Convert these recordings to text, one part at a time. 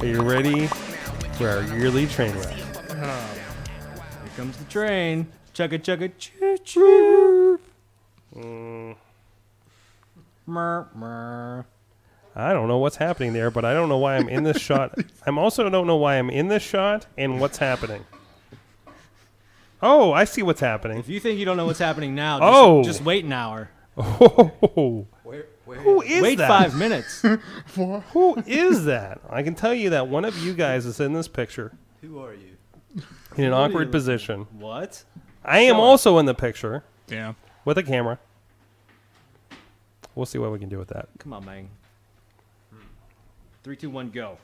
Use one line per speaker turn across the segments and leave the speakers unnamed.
Are you ready for our yearly train wreck?
Here comes the train. Chugga chugga choo choo. Mer mer.
I don't know what's happening there, but I don't know why I'm in this shot. I'm also don't know why I'm in this shot and what's happening. Oh, I see what's happening.
If you think you don't know what's happening now, just,
Oh.
just wait an hour.
Oh, who is
Wait
that?
five minutes.
Who is that? I can tell you that one of you guys is in this picture
Who are you?
in an awkward position.
What?
I am also in the picture
Yeah.
with a camera. We'll see what we can do with that.
Come on, man. Three, two, one, go.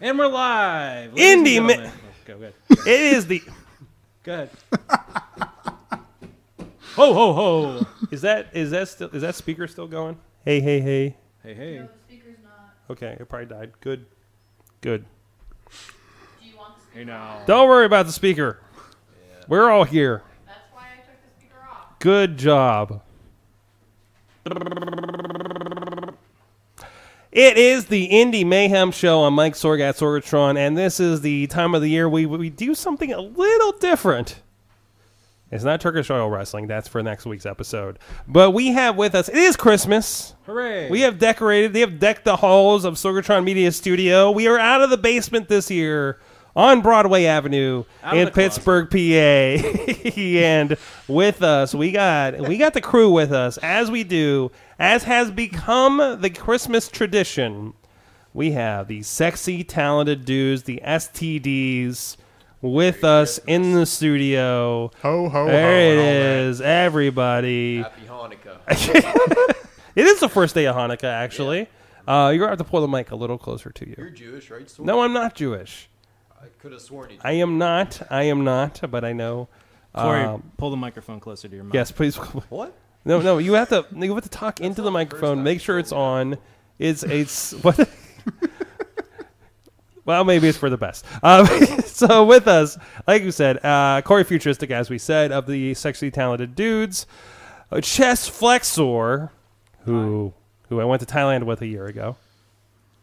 And we're live. ladies and
Indie mi-
gentlemen. Oh, go, go.
It is the.
go ahead. ho ho ho.
Is that is that still is that speaker still going? Hey hey hey.
Hey hey.
Okay, it probably died. Good. Good.
Hey now.
Don't worry about the speaker. We're all here.
That's why I took the speaker off.
Good job. It is the Indie Mayhem Show. I'm Mike Sorg at Sorgatron, and this is the time of the year we, we do something a little different. It's not Turkish oil wrestling. That's for next week's episode. But we have with us, it is Christmas.
Hooray.
We have decorated, they have decked the halls of Sorgatron Media Studio. We are out of the basement this year on Broadway Avenue
Out of
in
the
Pittsburgh, PA. and with us, we got we got the crew with us as we do, as has become the Christmas tradition. We have the sexy, talented dudes, the STDs, with us in the studio.
Ho ho
There it
ho! and all that.
is, everybody.
Happy Hanukkah.
It is the first day of Hanukkah, actually. Uh, you're gonna have to pull the mic a little closer to you.
You're Jewish, right? So
No, I'm not Jewish.
I could have sworn you.
I am not. I am not. But I know.
Corey,
um,
pull the microphone closer to your mouth.
yes, please.
What?
No, no. You have to. You have to talk into the microphone. Make sure it's on. It's it's what. Well, maybe it's for the best. Um, so, with us, like we said, uh, Corey Futuristic, as we said, of the sexy talented dudes, uh, Chess Flexor, who who I went to Thailand with a year ago.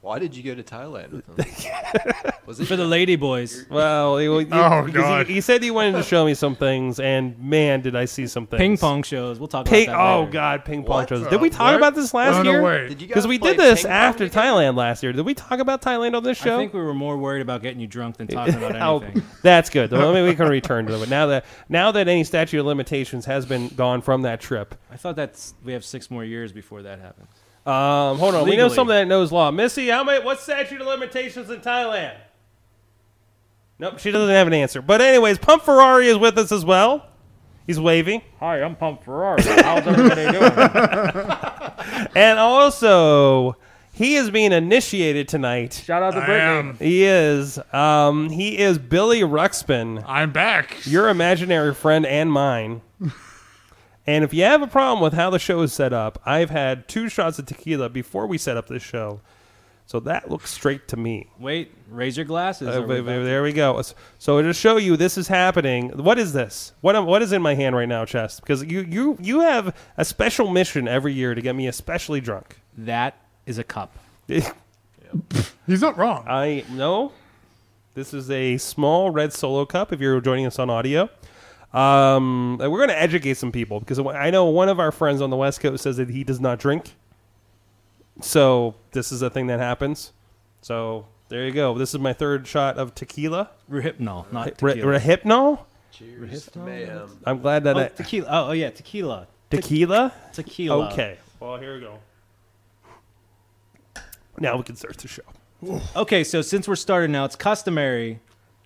Why did you go to Thailand with them? Was it
For the lady boys.
Well, he, he-
Oh,
because
God.
He, he said he wanted to show me some things, and man, did I see some things.
Ping pong shows. We'll talk about
Ping,
that.
oh
later.
God, ping pong
What
shows.
the-
Did we talk
what?
about this last
Run
year?
away.
Did you
Because
guys
we
play
did this
ping pong
after
together?
Thailand last year. Did we talk about Thailand on this show?
I think we were more worried about getting you drunk than talking
Oh,
about anything.
that's good. Well, maybe we can return to it now that now that any statute of limitations has been gone from that trip.
I thought that's we have six more years before that happens.
Um, hold on, we know
Legally.
someone that knows law. Missy, how many? What statute of limitations in Thailand? Nope, she doesn't have an answer. But anyways, Pump Ferrari is with us as well. He's waving.
Hi, I'm Pump Ferrari. How's everybody doing?
And also, he is being initiated tonight.
Shout out to
I am.
He is. Um, he is Billy Ruxpin,
I'm back.
your imaginary friend and mine. and if you have a problem with how the show is set up, I've had two shots of tequila before we set up this show. So that looks straight to me.
Wait, raise your glasses.
Uh,
Are we
but- but
back?
there we go. S- So to show you this is happening, what is this? What am, what is in my hand right now, Chest? Because you you you have a special mission every year to get me especially drunk.
That is a cup.
He's not wrong.
I no. This is a small red solo cup. If you're joining us on audio, um, and we're going to educate some people because I know one of our friends on the West Coast says that he does not drink. So this is a thing that happens. So there you go. This is my third shot of tequila.
Rehypnol, not
Re-
tequila.
Rehypnol.
Cheers to mayhem.
I'm glad that
oh,
I,
tequila. Oh, oh, yeah, tequila.
tequila.
Tequila.
Okay. Well, here we go. Now we can start the show.
Okay, so since we're starting now, it's customary,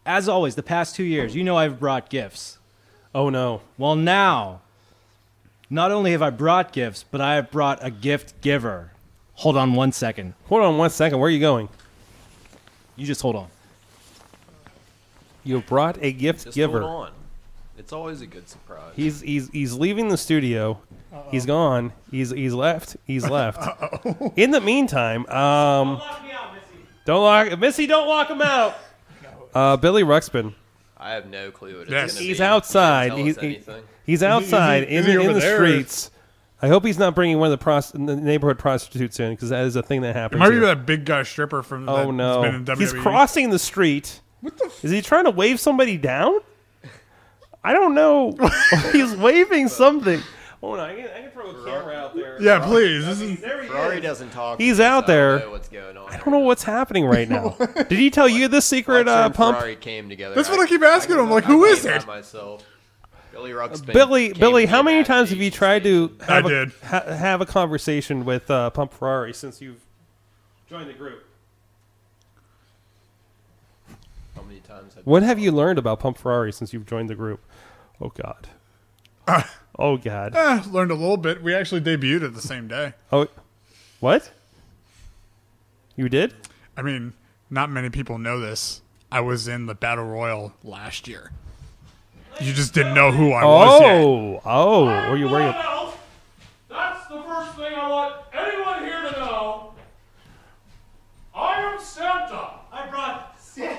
as always, the past two years, you know I've brought gifts.
Oh no!
Well, now, not only have I brought gifts, but I have brought a gift giver. Hold on one second.
Hold on one second. Where are you going?
You just hold on.
You brought a gift
Just
giver.
hold on. It's always a good surprise.
He's he's he's leaving the studio. He's gone. He's he's left. He's left. In the meantime, um, don't lock Missy. Don't lock him out. Uh, Billy Ruxpin.
I have no clue what it's
Yes.
gonna be.
He's outside.
Tell us
He's he-
anything.
he's outside
is he-
in,
is he
in
over
the
there?
streets. I hope he's not bringing one of the, pros- the neighborhood prostitutes in because that is a thing that happens.
Might be
here.
that big guy stripper from. that,
oh no!
That's been in E. WWE.
He's crossing the street.
What the? F-
Is he trying to wave somebody down? I don't know. he's waving something. Hold on, I can, I can throw a camera out there.
yeah, please. This is.
There he
Ferrari
is.
doesn't talk.
He's
to us.
out
I
there.
Don't know what's going on?
I don't know what's happening right now. Did he tell you this secret uh, pump?
Ferrari came together.
That's what I keep asking him, like,
I'm
who is
by
it?
Myself. Billy Ruxpin.
Uh, Billy,
came
Billy,
to
how
me
many
at
times
the
have you tried to
I
have a,
did.
ha- have a conversation with uh, Pump Ferrari since you've joined the group?
How many times have
What have you learned about Pump Ferrari since you've joined the group? Oh God. oh God.
eh, learned a little bit. We actually debuted it the same day.
Oh, what? You did?
I mean, not many people know this. I was in the battle royal last year. You just didn't know who I was yet.
Oh, oh, were you wearing? A-
That's the first thing I want anyone here to know. I am Santa. I brought sick,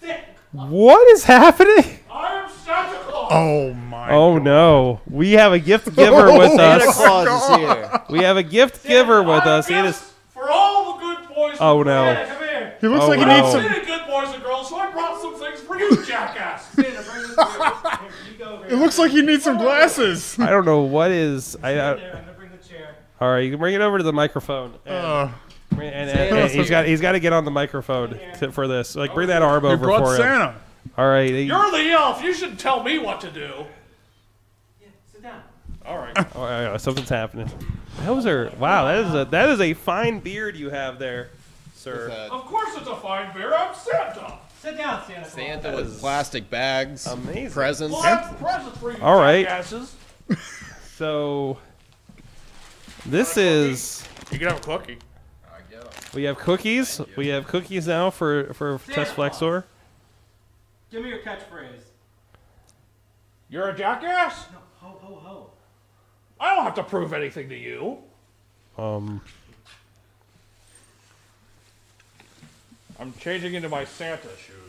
sick.
what is happening?
I am Santa Claus.
Oh my!
Oh no, we have a gift
Oh,
giver with
Santa
us.
Claus is here.
We have a gift giver with us. It is.
for all the good boys. and
Oh,
girls.
no.
Santa, Come here.
He looks
Oh,
like he
wow.
needs some.
Many good boys and girls, so I brought some things for you, jackass. Santa, bring this to you. Here, you go over
It
here.
looks like he needs some glasses.
I don't know what is. I, I,
There, I'm gonna bring the chair.
all right, you can bring it over to the microphone. And,
Uh,
and- and- and he's got he's got to get on the microphone to, for this. Like bring that arm
you
over
brought
for him.
Santa.
All right, he-
You're the elf. You should tell me what to do.
all right, Oh, something's happening. Those are wow. That is a that is a fine beard you have there, sir.
uh,
Of course, it's a fine beer. I'm Santa.
Sit down, Santa.
Santa with plastic bags,
Amazing.
presents.
Well, that's a present for you,
All right.
jackasses.
So this is
You can have a cookie.
I get 'em.
we have cookies. We have cookies now for for Test Flexor.
Give me your catchphrase.
You're a jackass?
Ho ho ho.
I don't have to prove anything to you.
Um,
I'm changing into my Santa shoes.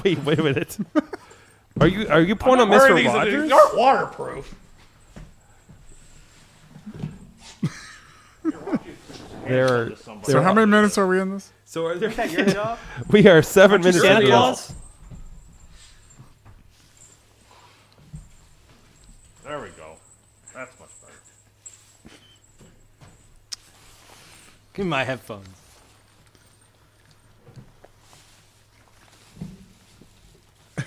wait, wait, wait a minute. Are you are you pointing at
Wearing
Mr.
these-
Rogers?
These aren't waterproof.
There are,
So how many minutes are we in this?
so are there, we are seven minutes
Santa
into this.
Claus?
There we go. That's much better.
Give me my headphones.
So,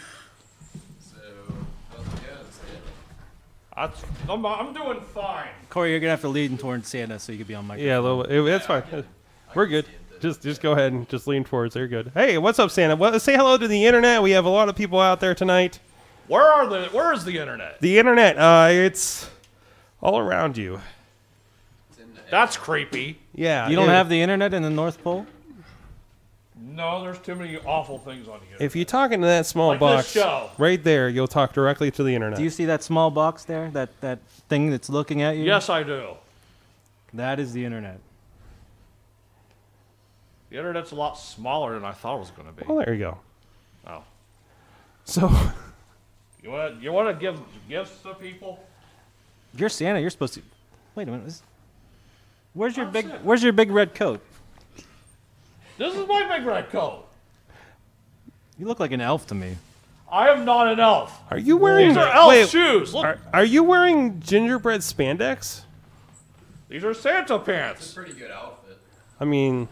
how's it going, Santa?
That's, I'm, I'm doing fine.
Corey, you're gonna have to lean towards Santa so you can be on my.
Yeah, a little bit. That's fine. We're good. Just just go ahead and just lean towards. You're good. Hey, what's up, Santa? Well, say hello to the internet. We have a lot of people out there tonight.
Where are the? Where is the internet?
The internet, uh, it's all around you.
That's creepy.
Yeah.
You don't
it-
have the internet in the North Pole?
No, there's too many awful things on the internet.
If you're talking to that small
Like this
box
show.
right there, you'll talk directly to the internet.
Do you see that small box there? That that thing that's looking at you?
Yes, I do.
That is the internet.
The internet's a lot smaller than I thought it was going to be.
well, there you go.
Oh.
So
You want you want to give gifts to people?
You're Santa. You're supposed to. Wait a minute. this- Where's your big Where's your big red coat?
This is my big red coat.
You look like an elf to me.
I am not an elf.
are you wearing?
These are elf
wait,
shoes. Look,
Are, are you wearing gingerbread spandex?
these are Santa pants.
Pretty good outfit.
I mean,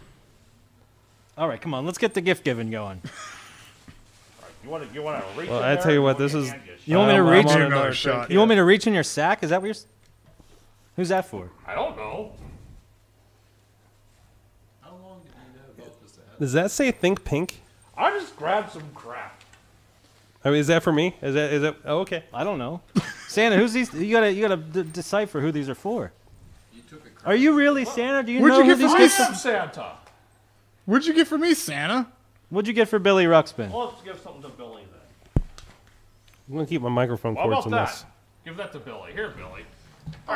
All right, come on. Let's get the gift giving going.
You want to you want to reach?
Well,
in
I
there
tell you
or
what,
wanna
this is-
hand you shit?
You want me to
um, I'm
reach?
on
Do
another
another
drink
shot.
You want me to reach in your sack? Is that what you're? s- Who's that for?
I don't know.
How long did you know about this? ad?
does that say think pink?
I just grabbed some crap.
I mean, is that for me? Is that is that? Oh, okay.
I don't know. Santa, who's these? You gotta you gotta d- decipher who these are for.
You took a crack.
Are you really Santa? Do you
Where'd
know
you
who
get
these
this
I
gifts?
am Santa.
What'd you get for me, Santa?
What'd you get for Billy Ruxpin?
Well, let's give something to Billy then.
I'm gonna keep my microphone
How
cords
about
on
that?
this.
Give that to Billy. Here, Billy.
Oh,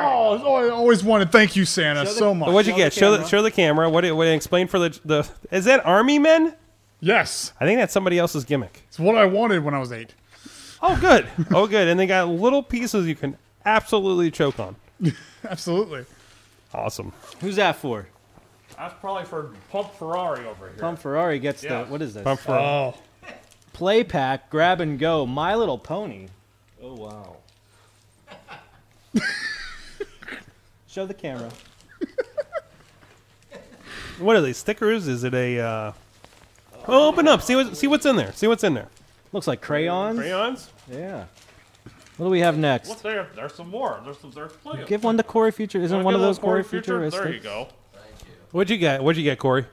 I always wanted. Thank you, Santa, so much.
But what'd you get? show the show the camera. What? do- What? Explain for the the. Is that army men?
yes,
I think that's somebody else's gimmick.
it's what I wanted when I was eight.
Oh, good. oh, good. And they got little pieces you can absolutely choke on.
Absolutely.
Awesome.
Who's that for?
That's probably for Pump Ferrari over here.
Tom Ferrari gets
Yeah.
the what is this?
Pump for
Oh,
Play pack, grab and go, My Little Pony. Oh wow. Show the camera.
what are these stickers? Is it a? Uh, well, open up. See what see what's in there. See what's in there.
Looks like crayons.
Crayons?
Yeah. What do we have next?
What's there? There's some more. There's some. There's plenty. of-
Give one to Corey Future. Isn't
Wanna
one
give
of
a
those Corey
Corey Future?
futuristic?
There you go.
What'd you get? What'd you get, Corey?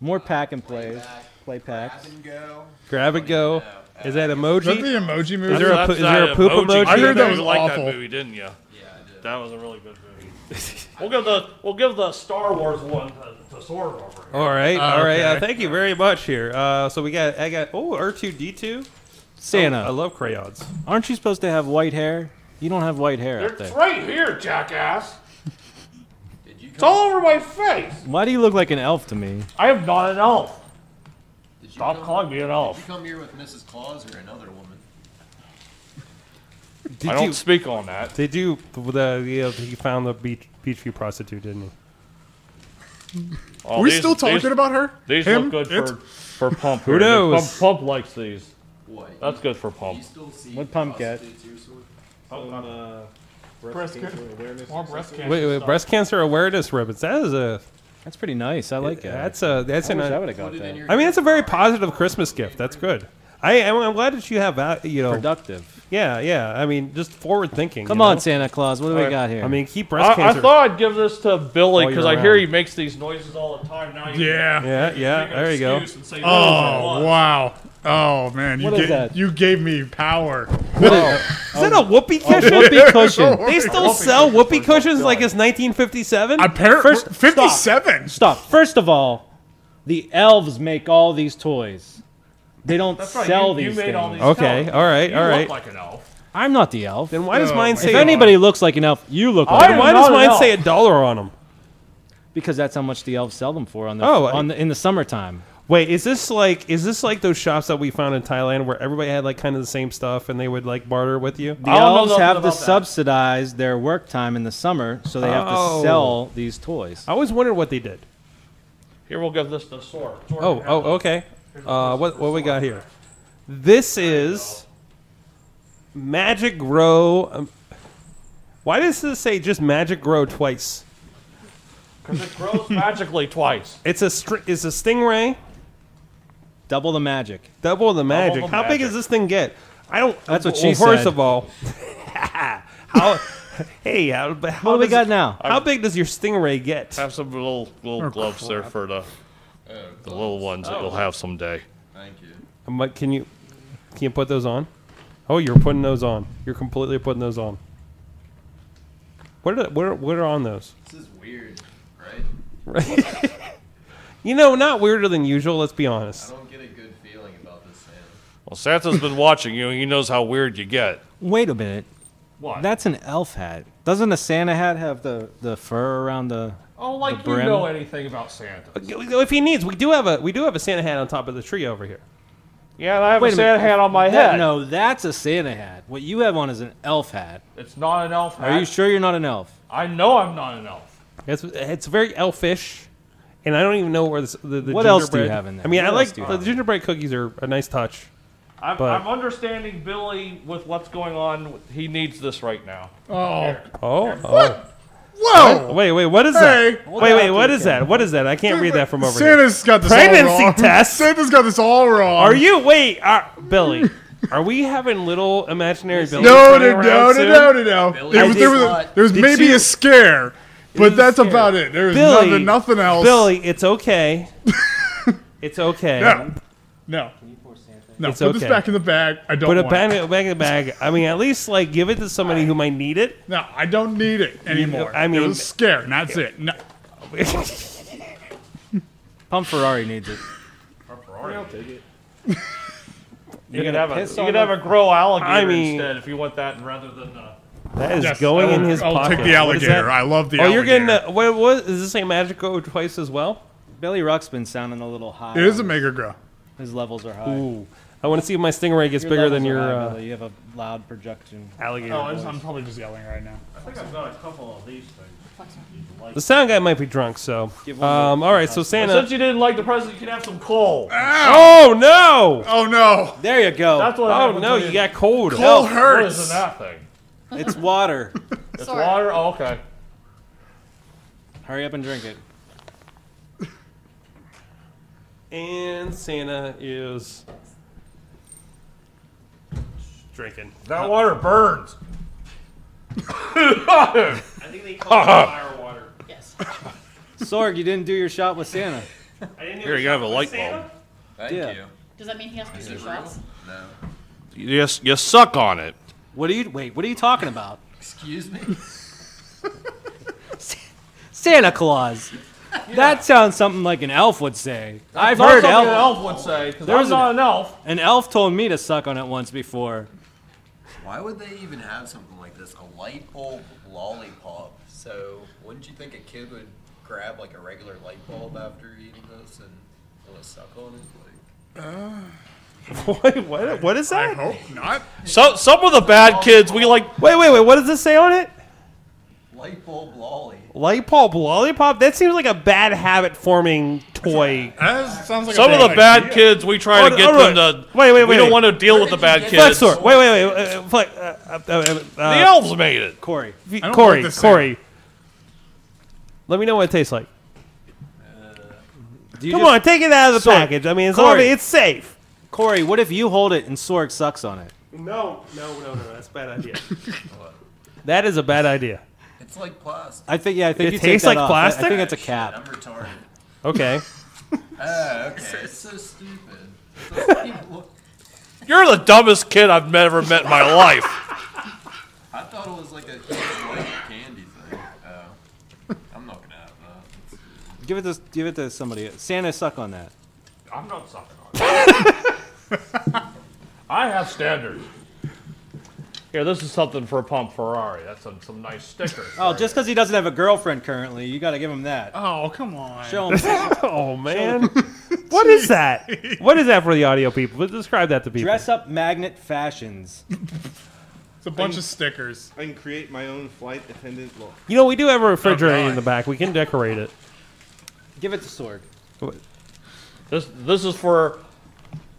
More pack and plays. Play packs.
Go.
Grab it, go. Is that
is that the
emoji?
emoji movie?
Is there a
That's
po- is there a
that
poop emoji?
I heard that
You
was
liked
awful.
That movie, didn't you? Yeah, I did. That was a really good movie. we'll give the we'll give the Star Wars one to, to Sword over here.
All right, all right.
okay.
Uh, thank you very much. Here, uh, so we got I got oh R two D two. Oh, I
Santa,
love crayons.
aren't you supposed to have white hair? You don't have white hair out
It's
there.
right here, jackass. It's all over my face.
Why do you look like an elf to me?
I am not an elf.
Did you
Stop
come,
calling me an
Did you
elf.
come here with Mrs. Claus or another woman?
Did
I don't
you
speak on that.
did you the you know, he found the beach beachview prostitute didn't he?
Oh,
Are we
these-
still talking
these-
about her?
These
Him?
look good
It?
for, for pump.
Who
here.
knows?
Pump, pump likes these.
What? you-
That's good for
You
pump.
still see
What Um, uh, pump get?
prostitutes here, so Oh, uh,
Wait, wait, breast cancer awareness ribbons. That is a
That's pretty nice. I like it.
that's a that's
I
an.
wish I would
I
have got
Put it in
that.
your.
mean, that's a very positive Christmas gift. That's good. I I'm, I'm glad that you have that. You know,
Productive.
yeah, yeah. I mean, just forward thinking.
Come
Oh. you
on,
know?
Santa Claus. What do we
All right.
got here?
I mean, keep breast
I, I
cancer.
thought I'd give this to Billy
All
because
year
I hear
round.
he makes these noises all the time. Now you
Yeah.
yeah, yeah. There you go.
Oh wow. Oh man, you
What is
gave-
that?
you gave me power.
Is that a whoopee cushion?
whoopee cushion.
They still sell whoopee cushions like it's 1957.
Apparently,
First-
fifty-seven.
Stop. First of all, the elves make all these toys. They don't
right,
sell
you- you
these
made
things.
all these-
Okay, all right, all
look
right.
like an elf.
I'm not the elf.
Then why does
Oh
mine
my
say?
if anybody looks like an elf, you look like
am
an
why
elf.
does
not
mine
an
say a
elf.
dollar on them?
Because that's how much the elves sell them for on the,
Oh, I-
on the, in the summertime.
Wait, is this like is this like those shops that we found in Thailand where everybody had like kind of the same stuff and they would like barter with you?
The
I don't know
elves
nothing
have to
about that.
subsidize their work time in the summer, so they have
Oh.
to sell these toys.
I always wondered what they did.
Here we'll give this to Sword. Sword
Oh,
can have
oh,
this.
okay. Uh, what what we got here? This is Magic Grow. Um, why does this say just Magic Grow twice?
Because it grows magically twice.
It's a str- it's a stingray.
Double the magic.
Double the magic.
the
How big
magic.
does this thing get? I don't.
That's what
well,
she
First
said.
of all, how? hey, how, but how
What do we
does-
got now?
How big does your stingray get?
Have some little little gloves there for the
Uh,
the little ones that you'll have someday.
Thank you.
Um, what- can you can you put those on? Oh, you're putting those on. You're completely putting those on. What are what are, what are on those?
This is weird, right?
You know, not weirder than usual. Let's be
I
honest.
don't get a good feeling about this, Santa.
Well, Santa's been watching you. He knows how weird you get.
Wait a minute.
What?
That's an elf hat. Doesn't a Santa hat have the, the fur around the.
oh, like
the brim. know
anything about Santa.
If he needs, we do have a we do have a Santa hat on top of the tree over here.
Yeah, and I have
Wait
a
a
Santa
minute.
hat on my
That-
head.
no, that's a Santa hat. What you have on is an elf hat.
It's not an elf hat.
Are you sure you're not an elf?
I know I'm not an elf.
It's it's very elfish, and I don't even know where this, the, the
What else do you
gingerbread-
have in there?
I mean,
What
I
else
like
do you
the
have?
gingerbread cookies are a nice touch.
I'm,
But-
I'm understanding Billy with what's going on. He needs this right now.
Oh,
Oh,
whoa!
oh. wait, wait, what is
Hey.
that? Wait, wait, what is that? What is that? I can't read that from over here.
Santa's got this all
Pregnancy
wrong.
test?
Santa's got this all wrong.
Are you wait, uh, Billy? Are we having little imaginary Billy?
No, no, no, no, no, no, no. There was,
did
there was, a,
not-
there was
Did
maybe
you-
a scare, but
a
that's
scare.
about it. There was
Billy,
nothing, nothing else.
Billy, it's okay. it's okay.
no, no, no.
It's
put this
okay.
back in the bag. I don't
Put a
want
bag,
it.
bag in the bag. I mean, at least like give it to somebody who might need it.
No, I don't need it anymore.
I mean-
it was a scare, and that's it. No.
Pump Ferrari needs it.
You could have a
piss
you
on
could have
it.
a grow alligator
I mean-
instead if you want that rather than uh,
That is
Yes,
going
I
in
will-
his
I will
pocket.
Take the
What is
alligator.
that?
I love the
oh,
alligator.
you're getting uh, what, what is this a magic go twice as well?
Billy Ruck's been sounding a little high.
It is a
on his-
mega grow.
His levels are high.
Ooh, I want to see if my stingray gets
Your
bigger
levels
than
are
your
high,
uh,
Billy. You have a loud projection.
alligator.
Oh, I'm probably just yelling right now.
I think I've got a couple of these things.
the sound guy might be drunk, so.
Give one
Um, all right, so
Since
Santa.
you didn't like the present, you can have some coal.
Oh no!
Oh no!
There you go.
That's what.
Oh
happens
no!
when
You got cold.
Cold
Oh,
What is
hurts.
in that thing?
It's water.
It's
Sorry.
water. Oh, okay.
Hurry up and drink it.
And Santa is drinking.
That water burns.
I think they call it fire water.
Yes.
Sorg, you didn't do your shot with Santa.
I didn't
Here, you gotta have a light bulb.
Thank
Yeah.
you.
Does that mean he has to do shots?
No.
You, just, you suck on it.
What are you? Wait, what are you talking about?
Excuse me.
Santa Claus. That sounds something like an elf would say. I've
That's
heard
something
elf.
an elf would say. Because
There's
I'm not an elf.
An elf told me to suck on it once before.
Why would they even have something like this? A light bulb lollipop. So wouldn't you think a kid would grab like a regular light bulb after eating this and want to suck on it?
Wait, what? What is
I
that?
hope not.
So, some of the bad kids, we like.
Wait, wait, wait. What does this say on it?
Like light bulb lolly.
Light bulb lollipop. That seems like a bad habit forming toy.
That sounds like
Some
a
of the
idea.
bad kids, we try
Oh,
to
no,
get
oh,
them
no.
to.
Wait, wait,
We
wait.
don't want to deal with the bad kids.
Flexor. Wait, wait, wait. Uh, uh, flex, uh, uh, uh,
The
uh,
elves made it.
Corey,
V-
I don't
Corey,
like this
Corey. Let me know what it tastes like.
do you
Come
just-
on, take it out of the
Sorry.
package. I mean, it's
Corey.
obvi- it's safe.
Corey, what if you hold it and Sorg sucks on it?
No, no, no, no. That's a bad idea. that is a bad idea.
It's like plastic.
I think yeah, I think
It
you take
tastes
that
like
off. I- I
plastic?
think it's a
I'm
cap.
retarded.
Okay.
Oh, okay. It's so stupid. It doesn't even look-
You're the dumbest kid I've ever met in my life.
I thought it was like a huge white candy thing. Oh, I'm not gonna have that. It's-
Give it to give it to somebody. Santa suck on that.
I'm not sucking on it. I have standards. Here, this is something for a pump Ferrari. That's some, some nice stickers.
Oh, just because he doesn't have a girlfriend currently, you got to give him that.
Oh come on.
Show him.
Oh man, what is that? What is that for the audio people? Describe that to people.
Dress up magnet fashions.
It's a bunch of stickers.
I can create my own flight attendant look.
You know, we do have a refrigerator
God.
in the back. We can decorate it.
Give it to Sorg.
This this is for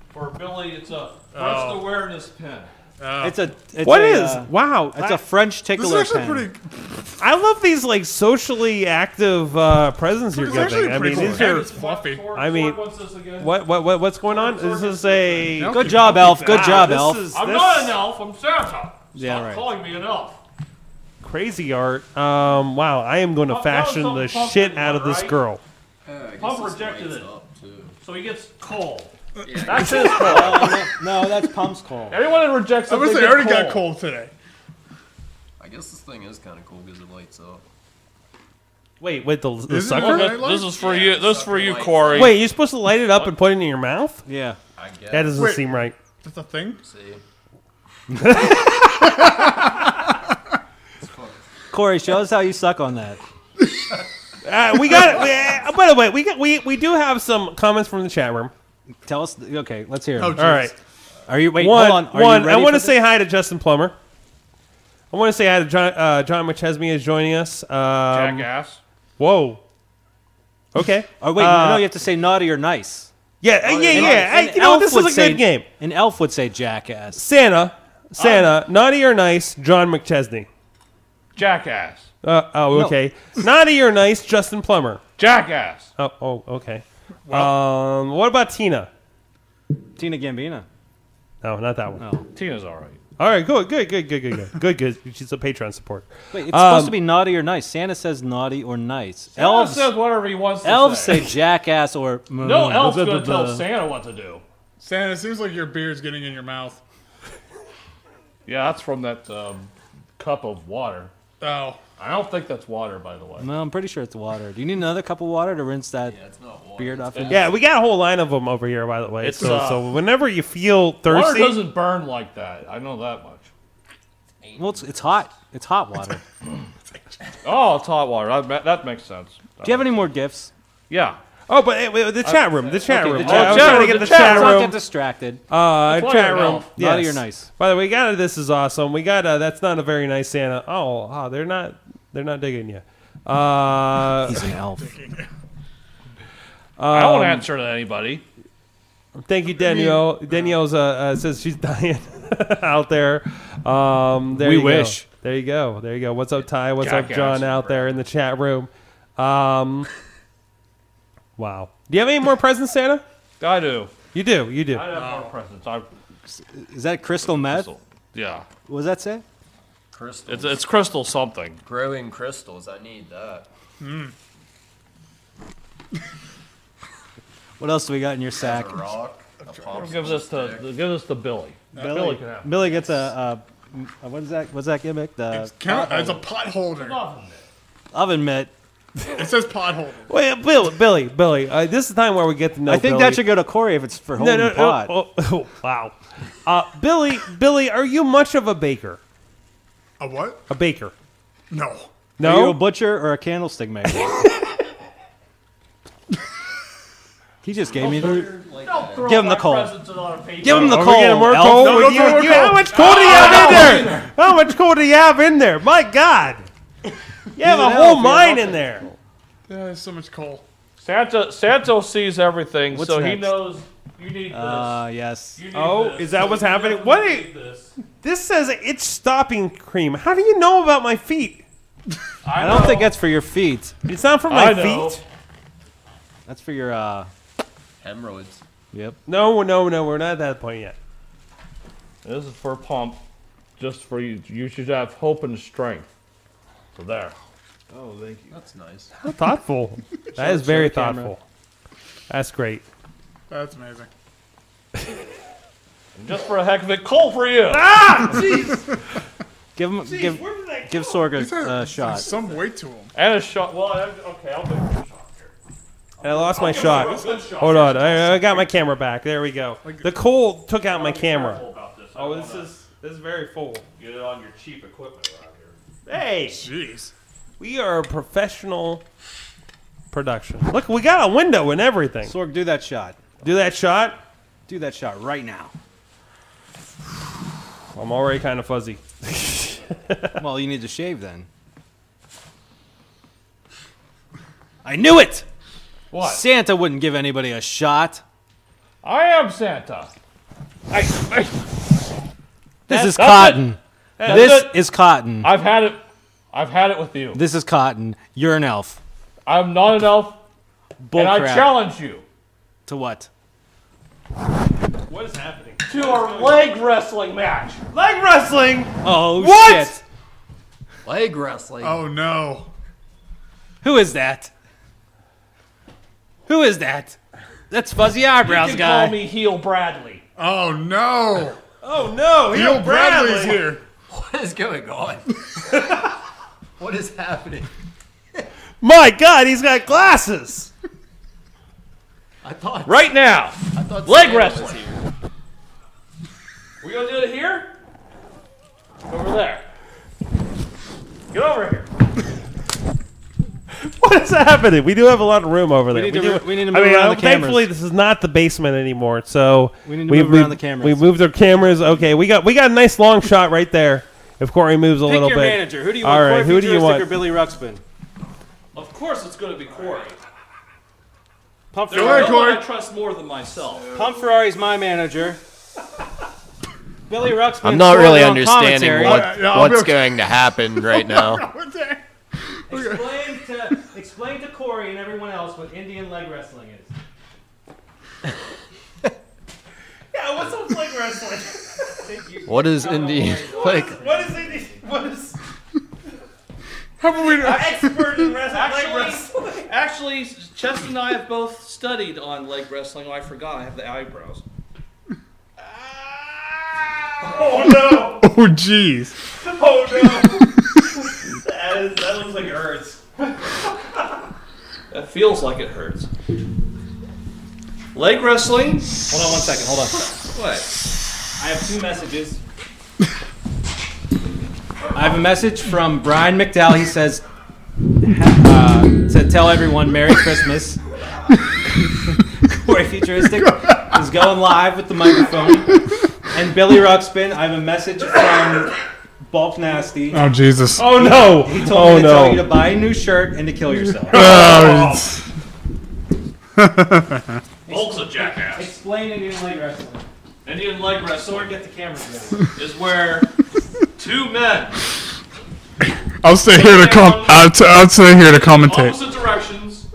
for Billy. It's a breast
Oh.
awareness pin.
It's a. It's
What
a,
is?
uh,
wow,
it's a French
This is
tickler
actually
pen.
pretty.
I love these like socially active uh, presents you're
It's actually
giving. I
pretty
mean,
cool.
these
And
are
it's fluffy.
Ford-
I
Ford
mean-
wants this again.
what what what what's going on? This is a
Nope.
Good job, Elf. Good
Wow,
job,
this
Elf.
is-
I'm
this
not an elf. I'm Santa.
Yeah,
Stop
right.
calling me an elf.
crazy art. Um, wow, I am going to
Oh, that was
fashion
some
the
pumpkin
shit out of
one,
this
right?
girl.
Oh, I guess
Pump
this
rejected
lights
it.
up, too.
So he gets coal. That's his coal.
Oh, no, no, that's Pump's call.
Anyone that rejects
I
it,
wish
they
they
get
already
coal.
got cold today.
I guess this thing is kind of cool because it lights up.
Wait, wait, the, the
Isn't
sucker.
it?
This,
Right,
this
Lars?
is for you. This is for you,
Lights.
Corey.
Wait, you're supposed to light it up and put it in your mouth?
Yeah.
I guess.
That doesn't
Wait.
seem right.
That's a thing.
See.
Corey, show us how you suck on that.
Uh, we got. we, uh, by the way, we got, we we do have some comments from the chat room.
Tell us. Okay, let's hear. 'em.
Oh,
All right,
Are you wait?
one,
hold on. Are
one.
You ready
I want
for
to say hi to Justin Plummer. I want to say hi to John. Uh, John McChesney is joining us. Um,
Jackass.
Whoa. Okay.
Oh wait,
Uh,
no, you have to say naughty or nice.
Yeah, uh, yeah,
And-
yeah.
and
Hey, you know
Elf
what? This
would
is a
say-
good game.
An elf would say jackass.
Santa, Santa, naughty or nice, John McChesney.
Jackass.
Uh, oh,
No.
okay. naughty or nice, Justin Plummer.
Jackass.
Oh, oh, okay. um, what about Tina?
Tina Gambina.
No, not that one.
Tina's all right.
All right, good, good, good, good, good, good, good, good. She's a Patreon support.
Wait, it's
Um,
supposed to be naughty or nice. Santa says naughty or nice.
Elf
Elves,
says whatever he wants to
elves
say.
say jackass or
No elf's gonna
blah, blah,
tell
blah.
Santa what to do.
Santa, it seems like your beard's getting in your mouth.
Yeah, that's from that um, cup of water.
Oh,
I don't think that's water, by the way.
No, I'm pretty sure it's water. Do you need another cup of water to rinse that beard off? your-
Yeah, we got a whole line of them over here, by the way.
It's,
so,
uh,
so whenever you feel thirsty,
Water doesn't burn like that. I know that much.
Well, it's, it's hot. It's hot water.
Oh, it's hot water. That, ma- that makes sense. Do
you have any more gifts?
Yeah.
Oh, but hey, wait, the chat room, the chat
Uh, Okay, the
room.
chat
I was
room.
trying to
The
get the
chat
chat
room.
room.
Let's not
get distracted.
Uh,
That's why
chat
you're
room.
elf.
Not
Yes.
that you're nice.
By the way, we got a, this is awesome. We got a, that's not a very nice Santa. Oh, oh they're not they're not digging you. Uh,
He's an elf.
I
um,
won't answer to anybody.
Thank you, Danielle. Danielle's uh, uh, says she's dying out there. Um, there
We
you go.
wish.
There you go. There you go. What's up, Ty? What's up,
Jackass.
John? Out there in the chat room. Um, wow. Do you have any more presents, Santa?
I do.
You do. You do.
I have more presents. I,
Is that crystal meth?
yeah.
What does that say?
Crystals.
It's, it's crystal something.
Growing crystals. I need that.
What else do we got in your sack?
A rock. A popsicle
Give this to
stick.
give this to Billy. Billy, can have. it.
Billy gets a, a, a what's that? What's that gimmick? The
It's, count, it's a pot holder.
oven mitt.
It says pot holder.
Wait, Bill, Billy, Billy. Uh, this is the time where we get to know.
I think
Billy.
that should go to Corey if it's for holding
no, no,
pot.
oh, oh, wow. Uh, Billy, Billy, are you much of a baker?
A what?
A baker?
No.
No.
Are you a butcher or a candlestick maker? he just gave me the.
Don't throw
Give him
my
the coal.
presents in other people.
Give him the
Uh, Are we
coal.
getting more
elf.
coal?
No,
What
no,
do
no,
you-
no,
you-
no.
How much coal do you have in there? How much coal do you have in there? My God. You have a
an
whole
elf,
mine
you're
in there.
Yeah, there's so much coal.
Santa Santa sees everything,
What's
so he
next?
knows you need this.
Uh, yes.
you need
Oh,
this.
is that what's
You
happening?
need
What? Are you-
this.
this says it's stopping cream. How do you know about my feet?
I don't think that's for your feet.
It's not for
I
my
know.
feet.
That's for your. uh
Hemorrhoids.
Yep.
No, no, no. We're not at that point yet.
This is for pump, just for you. You should have hope and strength. So there.
Oh, thank you.
That's nice.
Thoughtful. That is very thoughtful. That's great.
That's amazing.
And just for a heck of it, coal for you.
Ah!
Give him. give.
Where did that
Give Sorg
It's
a
a-
uh,
it's
shot.
Some weight to him.
And a shot. Well, I- okay, I'll do a shot here.
I lost my shot. Hold on. I, I got my camera back. There we go. The coal took out my camera.
About this. I
Oh,
don't
this
wanna
is this is very full.
get it on your cheap equipment around here.
Hey,
Jeez.
we are a professional production. Look, we got a window and everything.
Sorg, do that shot.
Do that shot.
Do that shot right now.
I'm already kind of fuzzy.
Well, you need to shave then. I knew it.
What?
Santa wouldn't give anybody a shot.
I am Santa. I, I,
This is
that's
cotton. This
it.
is cotton.
I've had it. I've had it with you.
This is cotton. You're an elf.
I'm not an elf,
Bull
and I
crap.
challenge you
To what?
What is happening?
to a leg wrestling match.
Leg wrestling.
Oh
What?
shit!
Leg wrestling.
Oh no.
Who is that? Who is that? That's fuzzy eyebrows
you can
guy.
call me Heel Bradley.
Oh no.
Oh no,
Bill
Heel
Bradley's here.
What is going on? what is happening?
My God, he's got glasses.
I thought.
Right now,
I thought
leg
Santa was
wrestling.
here.
we gonna do it here. Over there. Get over here.
What is happening? We do have a lot of room over there.
need to
do-
re- we need to
I
move
mean,
around
uh,
the cameras.
thankfully, this is not the basement anymore. So
We need to move
re-
around the cameras.
We moved our cameras. Okay, we got we got a nice long shot right there. If Corey moves a
Pick
little
your
bit.
manager. Who do you
All
want?
right,
Corey
who do you
Futuristic
want?
Or Billy Ruxpin.
Of course, it's going to be Corey.
Pump,
There's
Go ahead,
no one I
Corey.
trust more than myself.
Pump Ferrari's my manager. Billy Ruxpin.
I'm not really
on
understanding
commentary.
what,
Yeah, yeah, I'll be
what's
okay.
going to happen right now.
What's that?
Explain to explain to Corey and everyone else what Indian leg wrestling is.
Yeah, what's up, leg wrestling?
What is Indian? Like,
What is it? What is
How about we
expert in wrestling?
Actually, actually, Chess and I have both studied on leg wrestling. Oh, I forgot. I have the eyebrows.
Oh no!
Oh jeez.
Oh no! that that, is, that looks like it hurts.
That feels like it hurts. Leg wrestling. Hold on one second. Hold on.
What? I have two messages. I have a message from Brian McDowell. He says uh, to tell everyone Merry Christmas. Corey Futuristic is going live with the microphone. And Billy Ruxpin, I have a message from Bulk Nasty.
Oh, Jesus.
Oh, no.
He told
Oh,
me to
no.
tell you to buy a new shirt and to kill yourself.
Oh, it's-
Bulk's a jackass.
Explain Indian leg wrestling.
Indian leg wrestling.
Get the camera together.
is where two men
I'll stay here to com- I'll, t- I'll stay here to commentate.
opposite directions,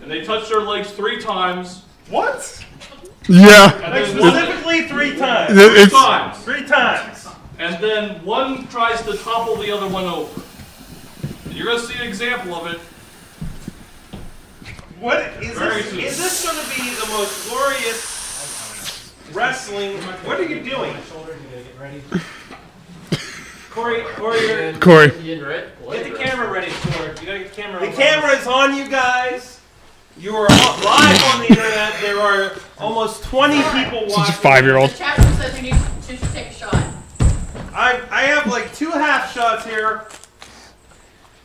and they touch their legs three times. What?
Yeah.
And then
Specifically three times.
It-
Three
it's-
times.
Three times.
And then one tries to topple the other one over. And you're gonna see an example of it.
What is
Very
this?
soon.
Is this going to be the most glorious wrestling? What are you doing?
Corey, Corey, you're-
Corey.
Get the camera ready, Corey. You gotta get the camera.
The camera is on you guys. You are on- live on the internet. There are almost 20 people
Such a
watching.
five year old.
Chapter says you need to just take a shot.
I, I have like two half shots here.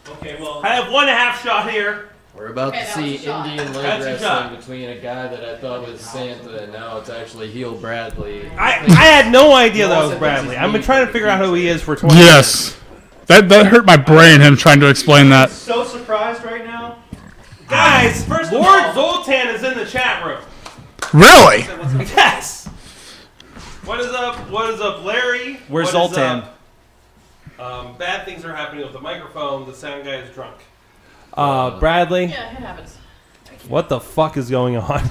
Okay, well.
I have one half shot here.
We're about
Okay,
to
that
see
was a shot.
Indian leg
That's a shot.
wrestling between a guy that I thought was Santa and now it's actually Heel Bradley.
I, I had no idea that was Bradley. I've been trying to figure out who he is for 20 minutes.
Yes. That that hurt my brain. Him trying to explain that.
So surprised right now.
Guys, first Lord Zoltan is in the chat room.
Really?
Yes. What is up? What is up, Larry?
Where's
What is
Zoltan?
up? Um, bad things are happening with the microphone. The sound guy is drunk.
Uh, Bradley,
Yeah, it happens.
what the fuck is going on?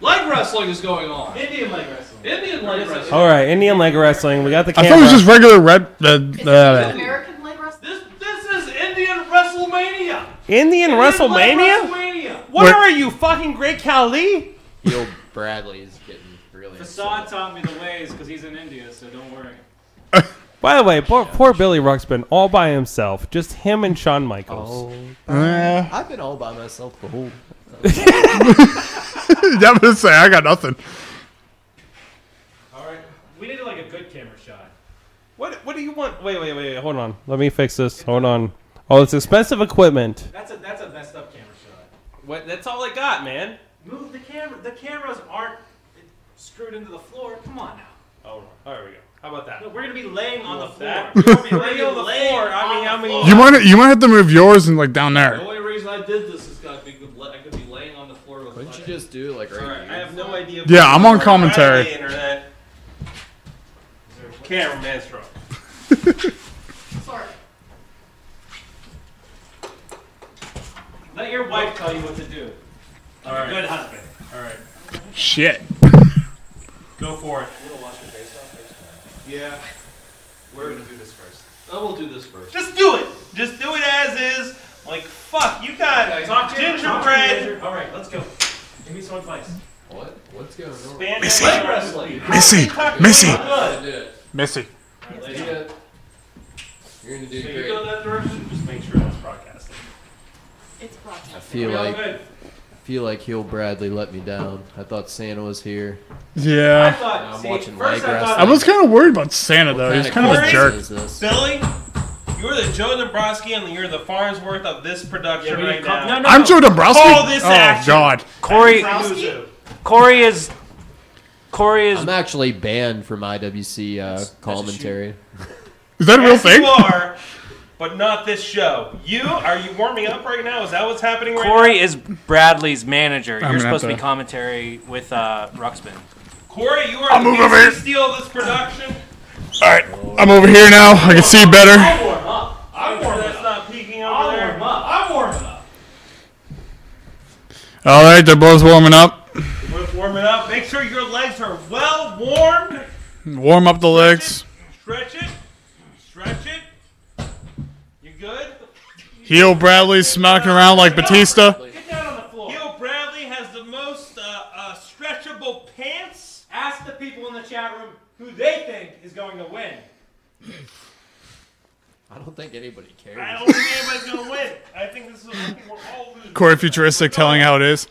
Leg wrestling is going on.
Indian leg wrestling.
Indian leg wrestling.
All right, Indian leg wrestling. We got the
I
camera.
thought it was just regular red. Uh, uh,
American leg wrestling.
This, this is Indian WrestleMania.
Indian WrestleMania.
WrestleMania.
What
Where-
are you, fucking Great Khali?
Heel Bradley's getting really.
Facade taught me the ways because he's in India, so don't worry.
By the way, poor, poor Billy Ruxpin, all by himself, just him and Shawn
Oh.
Michaels.
eh.
I've been all by myself the whole.
that was say I got nothing.
All right. We need like a good camera shot.
What What do you want? Wait, wait, wait. Hold
Hold on, let me fix this. Hold on. Oh, it's expensive equipment.
That's a that's a messed up camera shot.
on. What, that's all I got, man.
Move the camera. The cameras aren't screwed into the floor. Come on now.
Oh, there we go. How about that?
No, we're gonna be laying on the floor.
That. You'll be laying on the
Laying
floor. I mean,
on
I
the
mean,
You might you might have to move yours and like down
The
there.
only reason I did this is because I could, I could be laying on the floor with.
Couldn't you
my-
just do it like right
All right, I
here?
have no idea.
Yeah, I'm on commentary.
Bradley Internet. Cameraman's drunk.
Sorry.
Let your wife tell you what to do. All right. Good husband.
Shit.
Go for it.
Yeah.
We're gonna do this first.
I will do this first.
Just do it. Just do it as is. Like fuck, you got
Talk
gingerbread.
All right, let's go. Give me some advice.
What? What's going on?
Band-
Missy.
Leg wrestling.
Missy. Missy.
You're gonna do it.
Missy.
Do it. You're gonna do
So you
great.
go that direction. Just make sure that's broadcasted.
It's
I
broadcast.
feel like
good.
feel like Heel Bradley let me down. I thought Santa was here.
I
Yeah.
thought.
I'm
see,
watching
first
leg
I thought.
I was kind of worried about Santa though. He's kind of a
Corey?
jerk.
Is this?
Billy, you're the Joe Dombrowski and you're the Farnsworth of this production
we
right
need com-
now.
no, no.
I'm Joe Dombrowski.
Call this
oh
action.
God.
Corey.
Dombrowski?
Corey is. Corey is.
I'm actually banned from IWC uh, commentary.
Is that a real
Yes,
thing?
you are, but not this show. You are you warming up right now? Is that what's happening right
Corey is Bradley's manager. You're
gonna
supposed
have
to be
to-
commentary with uh, Ruxpin.
now? Corey, you are
I'll
the
move over
piece
here.
to steal this production.
All right. I'm over here now. I can see better.
I'll warm up.
I'm sure that's not peeking over
I'll
there.
warm up. I'm warming up.
All right. They're both warming up.
We're warming up. Make sure your legs are well warmed.
Warm up the legs.
Stretch it. Stretch it. You good?
Heel Bradley's smacking around like Batista.
Get down on the floor.
Gil Bradley has the most uh, uh, stretchable pants.
ask the people in the chat room who they think is going to win.
I don't think anybody cares.
I don't think anybody's gonna win. I think this is. I think we're all losing.
Corey Futuristic telling how it is.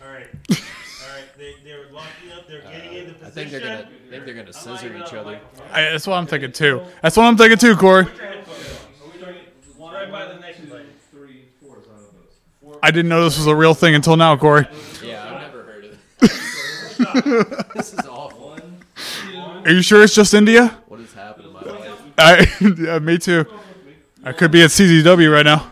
All right.
All right, they, they're locking up. They're getting
Uh,
into position.
I think they're gonna, I think they're gonna scissor each other.
I, that's what I'm thinking too. That's what I'm thinking too, Corey.
Right by the next one.
I didn't know this was a real thing until now, Corey.
Yeah, I've never heard of
it.
this is awful.
Are you sure it's just India?
What has happened in my life?
I, yeah, me too. I could be at CZW right now.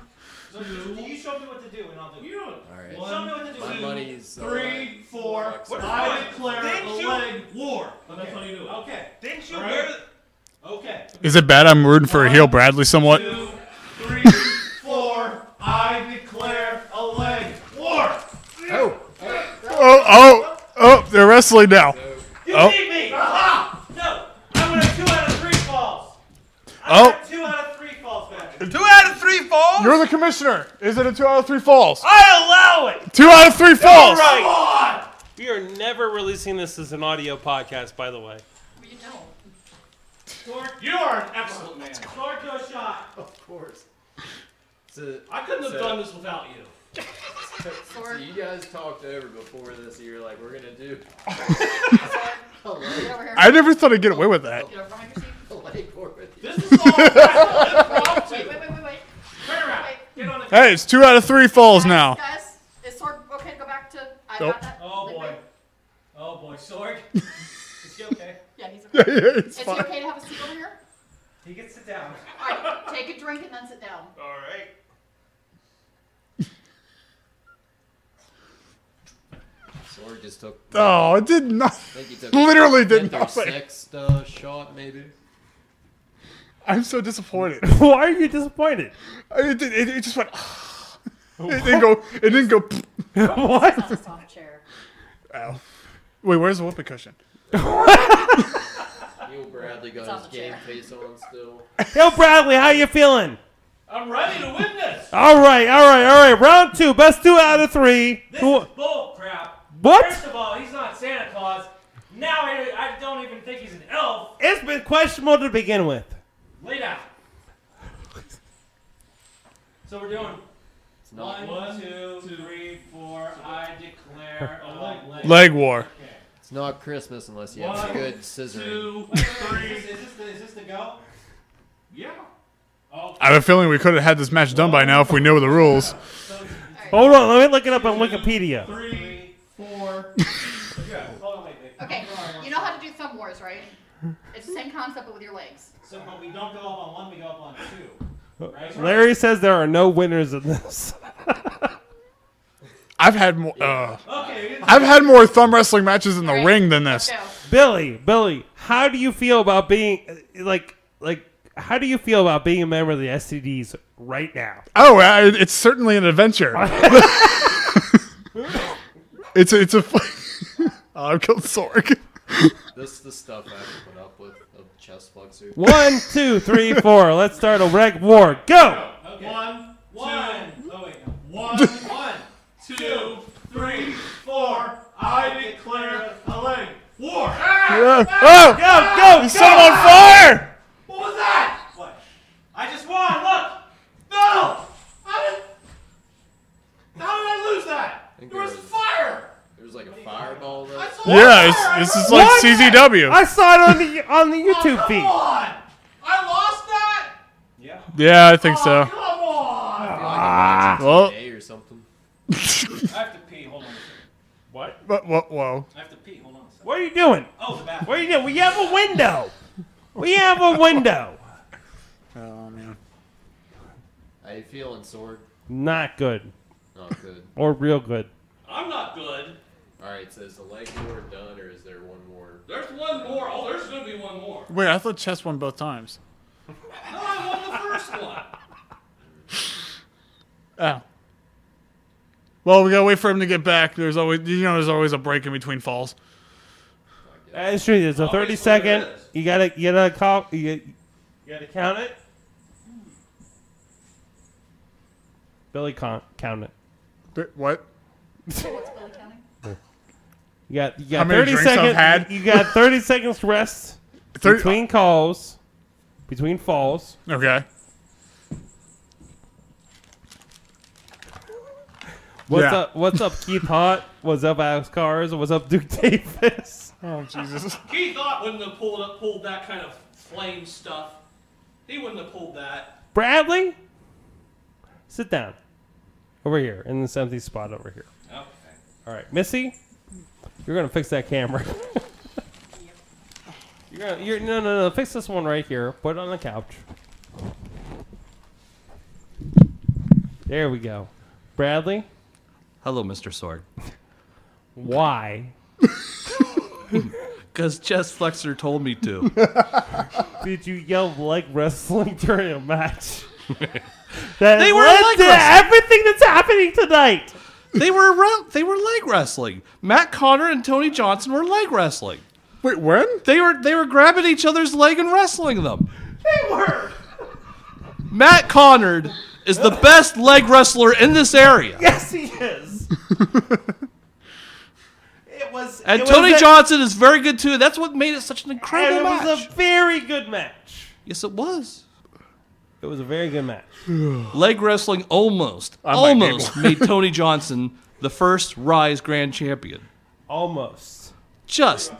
My money's uh,
Three, four.
What
I
the
declare a leg war. But
that's how you do it.
Okay. Didn't you
All right.
wear the- Okay.
Is it bad I'm rooting for a heel Bradley somewhat?
Three, four. I declare a leg war. Oh.
Oh, oh, oh, they're wrestling now.
You
Oh,
need me. Aha! No. I want a two out of three falls.
oh,
Two out of three falls back.
Two out of three falls.
you're the commissioner. Is it a two out of three falls?
I allow it.
Two out of three falls.
All right. We are never releasing this as an audio podcast, by the way.
You are an excellent man. Torco shot. Of course.
So-
I couldn't have
so-
done this without you.
So you guys talked over before this. and You're like, we're gonna do.
I never thought I'd get away with that.
This is all impromptu.
Wait, wait, wait, wait, wait.
Turn around. Get on the
Hey, it's two out of three falls now.
Guys, is Sorg okay? Go back to. I
Nope.
got that.
Oh
Like,
boy.
wait.
Oh boy. Sorg. Is he okay?
Yeah, he's okay.
Yeah, yeah, it's
is
fine.
he okay to have a seat over here?
He can sit down.
All right, take a drink and then sit down.
All right.
Sorg just took.
Oh, it did not-
I think he took
literally did
fifth or
nothing.
Sixth uh, shot, maybe.
I'm so disappointed. Why are you disappointed? It, did- it, it just went. It didn't go. It didn't go.
It's on a
what?
soft chair.
Ow. Wait, where's the whoopee cushion?
Neil Bradley
It's
got
on
his
the
game
chair.
face on still.
Yo, Bradley, how you feeling?
I'm ready to win this.
All right, all right, all right. Round two, best two out of three.
This
Who-
is bull crap.
What?
First of all, Oh, he's not Santa Claus. Now I, I don't even think he's an elf.
It's been questionable to begin with.
Lay down. So we're doing.
not-
one, two, three, four. I declare a leg war.
Leg war.
It's not Christmas unless you have
One,
good scissoring.
Two, three. Is this, the, is this the go? Yeah. Oh,
I have a feeling we could have had this match done by now if we knew the rules.
Hold on, let me look it up on Wikipedia.
three, four. yeah, hold on, wait, wait.
Okay, you know how to do thumb wars, right? It's the same concept but with your legs.
So, but we don't go up on one, we go up on two. Right?
Larry says there are no winners in this.
I've had more. Uh,
Okay, it's-
I've had more thumb wrestling matches in the ring than this.
Billy, Billy, how do you feel about being uh, like like? How do you feel about being a member of the STDs right now?
Oh, I, it's certainly an adventure. it's a, it's a. fu- oh, I've killed Sorg.
This is the stuff I have to put up with of chest flexor.
One, two, three, four. Let's start a reg war. Go.
Okay. One, one. Oh, wait. no. One, one, two, three, four. I declare a leg war.
Oh,
Ah!
oh,
Go, go,
you
go.
set him on fire!
What was that? What? I just won. Look. No. I didn't. How did I lose that?
think
There was
there was-
fire.
There's like a fireball there.
I saw
Yeah,
fire.
it's, this is
I
like
lost it.
CZW.
I saw it on the on the
Oh,
YouTube
come
feed.
on. I lost that. Yeah.
Yeah, I think so.
Come on.
Ah, well,
Hey, or something.
I have to pee. Hold on. a second. What?
but, whoa, whoa.
I have to pee. Hold on. A second.
What are you doing?
Oh, the bathroom.
What are you doing? We have a window. We have a window.
Oh man,
How you feeling, sword?
Not good
Not good.
or real good.
I'm not good.
All right, so is the leg war done, or is there one more?
There's one more. Oh, there's gonna be one more.
wait, I thought chess won both times.
No, I won the first one.
Oh. Well, we gotta wait for him to get back. There's always, you know, there's always a break in between falls.
That's Uh, true. There's a thirty second. You gotta you gotta call. You, you gotta count it. Billy, count count it.
What?
What's Billy counting?
You got you got
How many
thirty
drinks I've
seconds.
had?
You got thirty seconds rest
Thirty-
between calls. between falls.
Okay.
What's
Yeah.
up? What's up, Keith Hot? What's up, Alex Cars? What's up, Duke Davis?
Oh Jesus!
Keith Ott wouldn't have pulled up, pulled that kind of flame stuff. He wouldn't have pulled that.
Bradley, sit down over here in this empty spot over here.
Okay.
All right, Missy, you're gonna fix that camera. you're gonna, you're no, no, no. Fix this one right here. Put it on the couch. There we go. Bradley,
Hello, Mr. Sword.
why?
Because Jess Flexer told me to.
Did you yell like wrestling during a match?
They were
led
like
to
wrestling.
everything that's happening tonight.
they were re- they were leg wrestling. Matt Connor and Tony Johnson were leg wrestling.
Wait, when?
They were they were grabbing each other's leg and wrestling them.
They were.
Matt Connard is the best leg wrestler in this area.
Yes, he is. it was.
And
it
Tony
was a-
Johnson is very good too. That's what made it such an
And
incredible
it
match.
was a very good match.
yes, it was.
It was a very good match.
Leg wrestling almost,
I might need
almost
one.
made Tony Johnson the first Rise Grand Champion.
Almost.
Just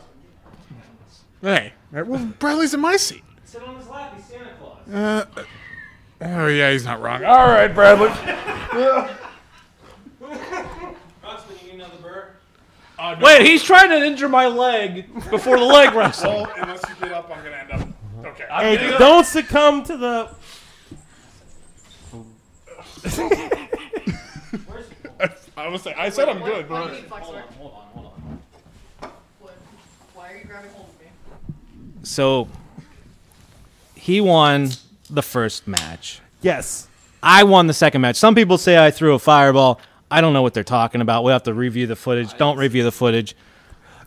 Hey, well, Bradley's in my seat.
Sit on his lap. He's Santa Claus.
Uh, oh yeah, he's not wrong. All right, Bradley.
Ruxpin, you need another bird?
Wait, he's trying to injure my leg before the leg wrestle.
Well, unless you get up, I'm gonna end up. Okay.
Hey, don't succumb to the.
I was say I said I'm good,
Why
bro.
do you need flexor?
Hold on, hold on.
Why are you grabbing hold of me?
So he won the first match.
Yes.
I won the second match. Some people say I threw a fireball. I don't know what they're talking about. We'll have to review the footage. Don't review the footage.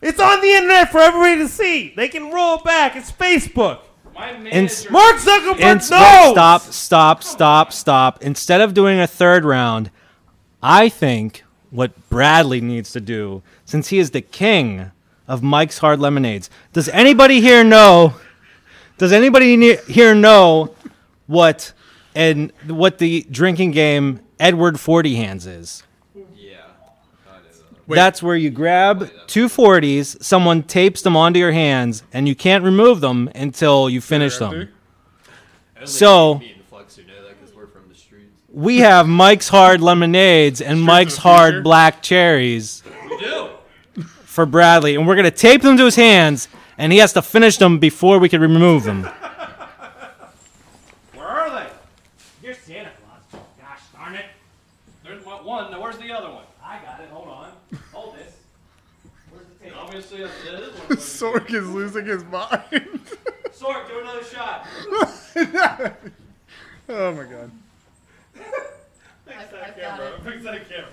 It's on the internet for everybody to see. They can roll back. It's Facebook.
Ins-
Mark Zuckerberg,
Ins-
no!
Stop, stop, stop, stop. Instead of doing a third round, I think what Bradley needs to do, since he is the king of Mike's Hard Lemonades, does anybody here know? Does anybody ne- here know what and what the drinking game Edward Forty Hands is? That's where you grab two 40s, someone tapes them onto your hands, and you can't remove them until you finish them. So
Me and Flexer know that because we're from the streets.
we have Mike's Hard Lemonades and Mike's Hard Black Cherries. For Bradley, and we're gonna tape them to his hands, and he has to finish them before we can remove them.
Where are they? You're Santa Claus. Gosh darn it. There's one. one. Now, where's the other one? I got it. Hold on. Hold this. Where's the tape? Obviously, it's this one.
Sork is losing his mind.
Sork, do another shot.
oh my god.
Fix that camera. Fix that camera.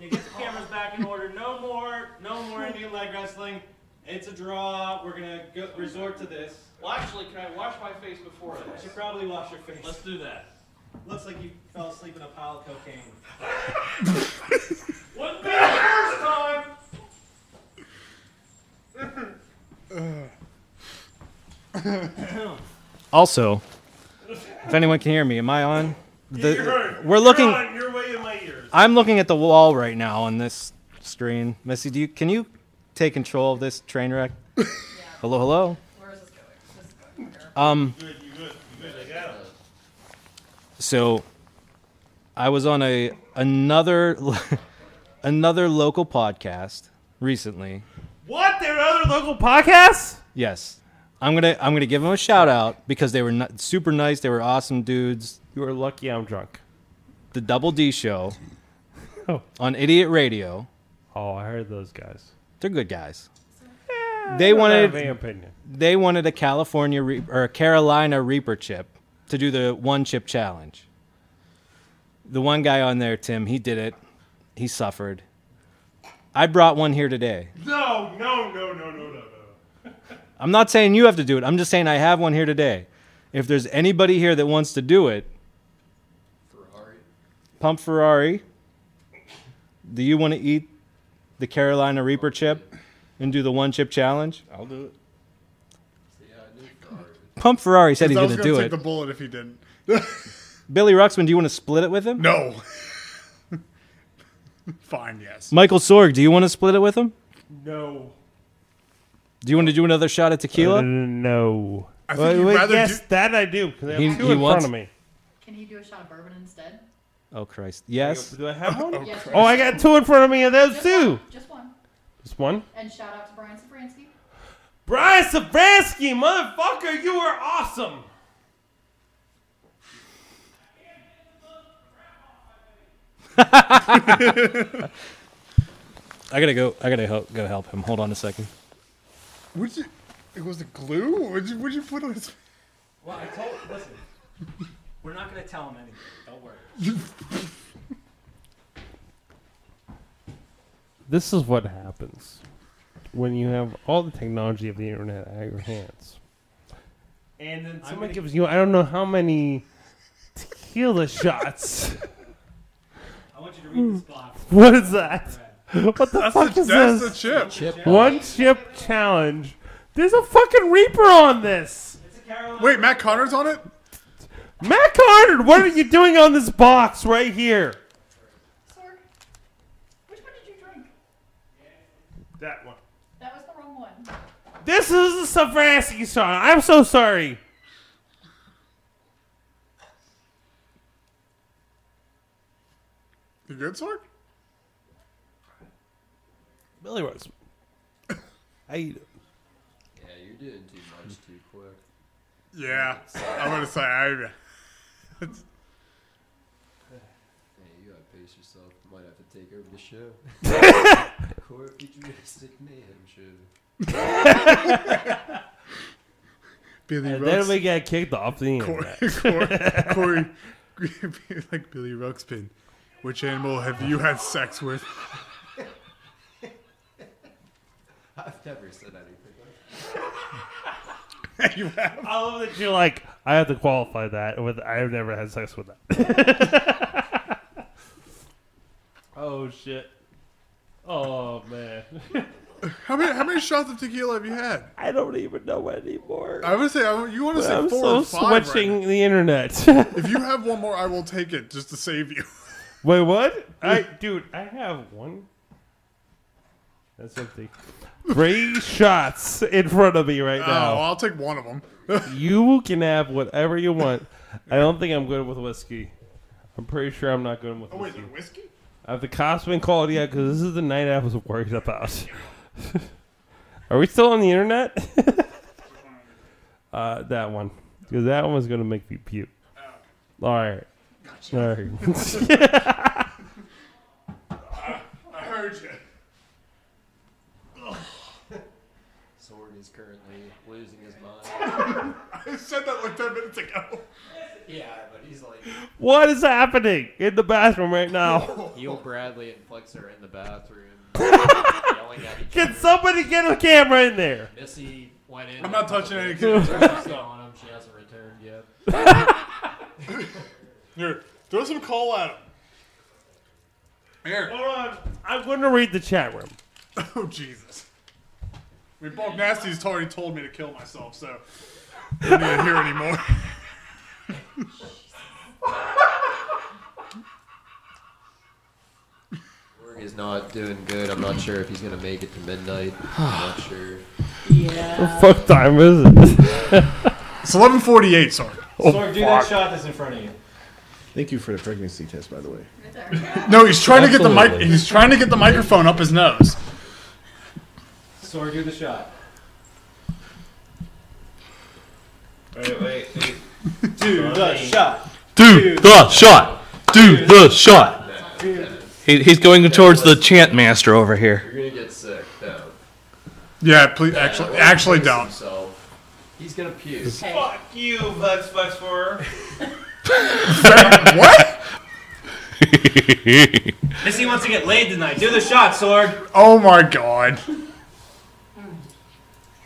You get the cameras back in order. No more, no more Indian leg wrestling. It's a draw. We're gonna go, resort to this.
Well, actually, can I wash my face before
You
this?
should probably wash your face.
Let's do that.
Looks like you fell asleep in a pile of cocaine.
Wouldn't be the first time.
Also, if anyone can hear me, am I on? The-
You're on.
We're
You're
looking.
on. You're way in my ears.
I'm looking at the wall right now on this screen. Missy, do you can you take control of this train wreck? Hello, hello. Where is this going? Um.
Good, you good, you good. I got it.
So I was on a another another local podcast recently.
What? There are other local podcasts?
Yes. I'm going to I'm going to give them a shout out because they were ni- super nice, they were awesome dudes.
You are lucky I'm drunk.
The Double D show on Idiot Radio.
Oh, I heard those guys.
They're good guys.
I
They
don't
wanted
have any opinion.
they wanted a California Reap or a Carolina Reaper chip to do the one chip challenge. The one guy on there, Tim, he did it. He suffered. I brought one here today.
No, no, no, no, no, no.
I'm not saying you have to do it. I'm just saying I have one here today. If there's anybody here that wants to do it, Pump Ferrari, do you want to eat the Carolina Reaper chip and do the one chip challenge?
I'll do it.
Pump Ferrari said he's
I was
going to
gonna
do
take
it.
the bullet if he didn't.
Billy Ruxpin, do you want to split it with him?
No. Fine, yes.
Michael Sorg, do you want to split it with him?
No.
Do you want to do another shot at tequila?
Uh, no.
I
Wait, wait, yes, that I do. 'cause I have
He-
two
he
in
wants-
front of me.
Can you do a shot of bourbon instead?
Oh Christ! Yes.
Do I have one?
Yes.
Oh, I got two in front of me of those two.
Just one.
Just one.
And shout out to Brian Safransky.
Brian Sabransky, motherfucker, you are awesome.
I gotta go. I gotta help, go help him. Hold on a second.
Would you? It was the glue. Would you? Would you put on his?
Well, I told. Listen, we're not gonna tell him anything. Don't worry.
This is what happens when you have all the technology of the internet at your hands.
And then
Somebody gives you I don't know how many tequila shots.
I want you to read this block.
What is that? What the
That's
fuck
the-
is
that's
this?
the chip. Chip.
One chip challenge. There's a fucking reaper on this.
Wait, Matt Connor's on it.
Matt Carter, what are you doing on this box right here?
Which one did you drink?
That one.
That was the wrong one.
This is the Savransky song. I'm so sorry.
You good, Sorg?
Billy Rose. I
Yeah, you're doing too much too quick.
Yeah. I'm gonna say I.
Hey, you gotta pace yourself. Might have to take over the show. Core futuristic mayhem show.
Billy
And
Rooks-
then we get kicked off the
Corey,
internet.
Corey, Corey- like Billy Ruxpin. Which animal have you had sex with?
I've never said anything.
I love that you're like, I have to qualify that with I've never had sex with that. oh shit. Oh man.
How many how many shots of tequila have you had?
I don't even know anymore.
I would say I, would- you want to
But
say
I'm
four
so
or five.
switching
right now.
the internet.
if you have one more, I will take it just to save you.
Wait, what? I dude, I have one. That's empty. Three shots in front of me right
oh,
now.
I'll take one of them.
you can have whatever you want. I don't think I'm good with whiskey. I'm pretty sure I'm not good with
Oh wait,
whiskey.
the whiskey?
I have the Cosman quality out because this is the night I was worried about. Are we still on the internet? uh, that one. Because that one was going to make me puke.
Oh.
All right. All right.
I heard you.
Sword is currently losing his mind.
I said that like ten minutes ago.
yeah, but he's like.
what is happening in the bathroom right now?
Heel Bradley and Flex are in the bathroom. yelling at each
Can
other.
somebody get a camera in there?
Missy went in.
I'm not touching any
She's
kids.
on him. She hasn't returned yet.
Here, throw some coal at him. Here.
Hold on. I'm going to read the chat room.
Oh Jesus. I mean, Bulk Nasty's already told me to kill myself, so I don't need to hear anymore.
Org is not doing good. I'm not sure if he's gonna make it to midnight. I'm not sure.
What fuck time is it?
it's 11:48, sorry.
Sorg, do that shot that's in front of you.
Thank you for the pregnancy test, by the way.
No, he's trying to get the mic.
Absolutely.
He's trying to get the microphone up his nose.
Sorg, do the shot. Wait, wait, wait. Do the shot.
Do the shot. Do the shot.
He, he's going towards the chant master over here.
You're gonna get sick. No.
Yeah, please. Actually,
Org
actually,
pissed
don't.
himself. He's gonna puke.
Fuck you, Flex Flex Four.
what?
Missy wants to get laid tonight. Do the shot, Sorg.
Oh my god.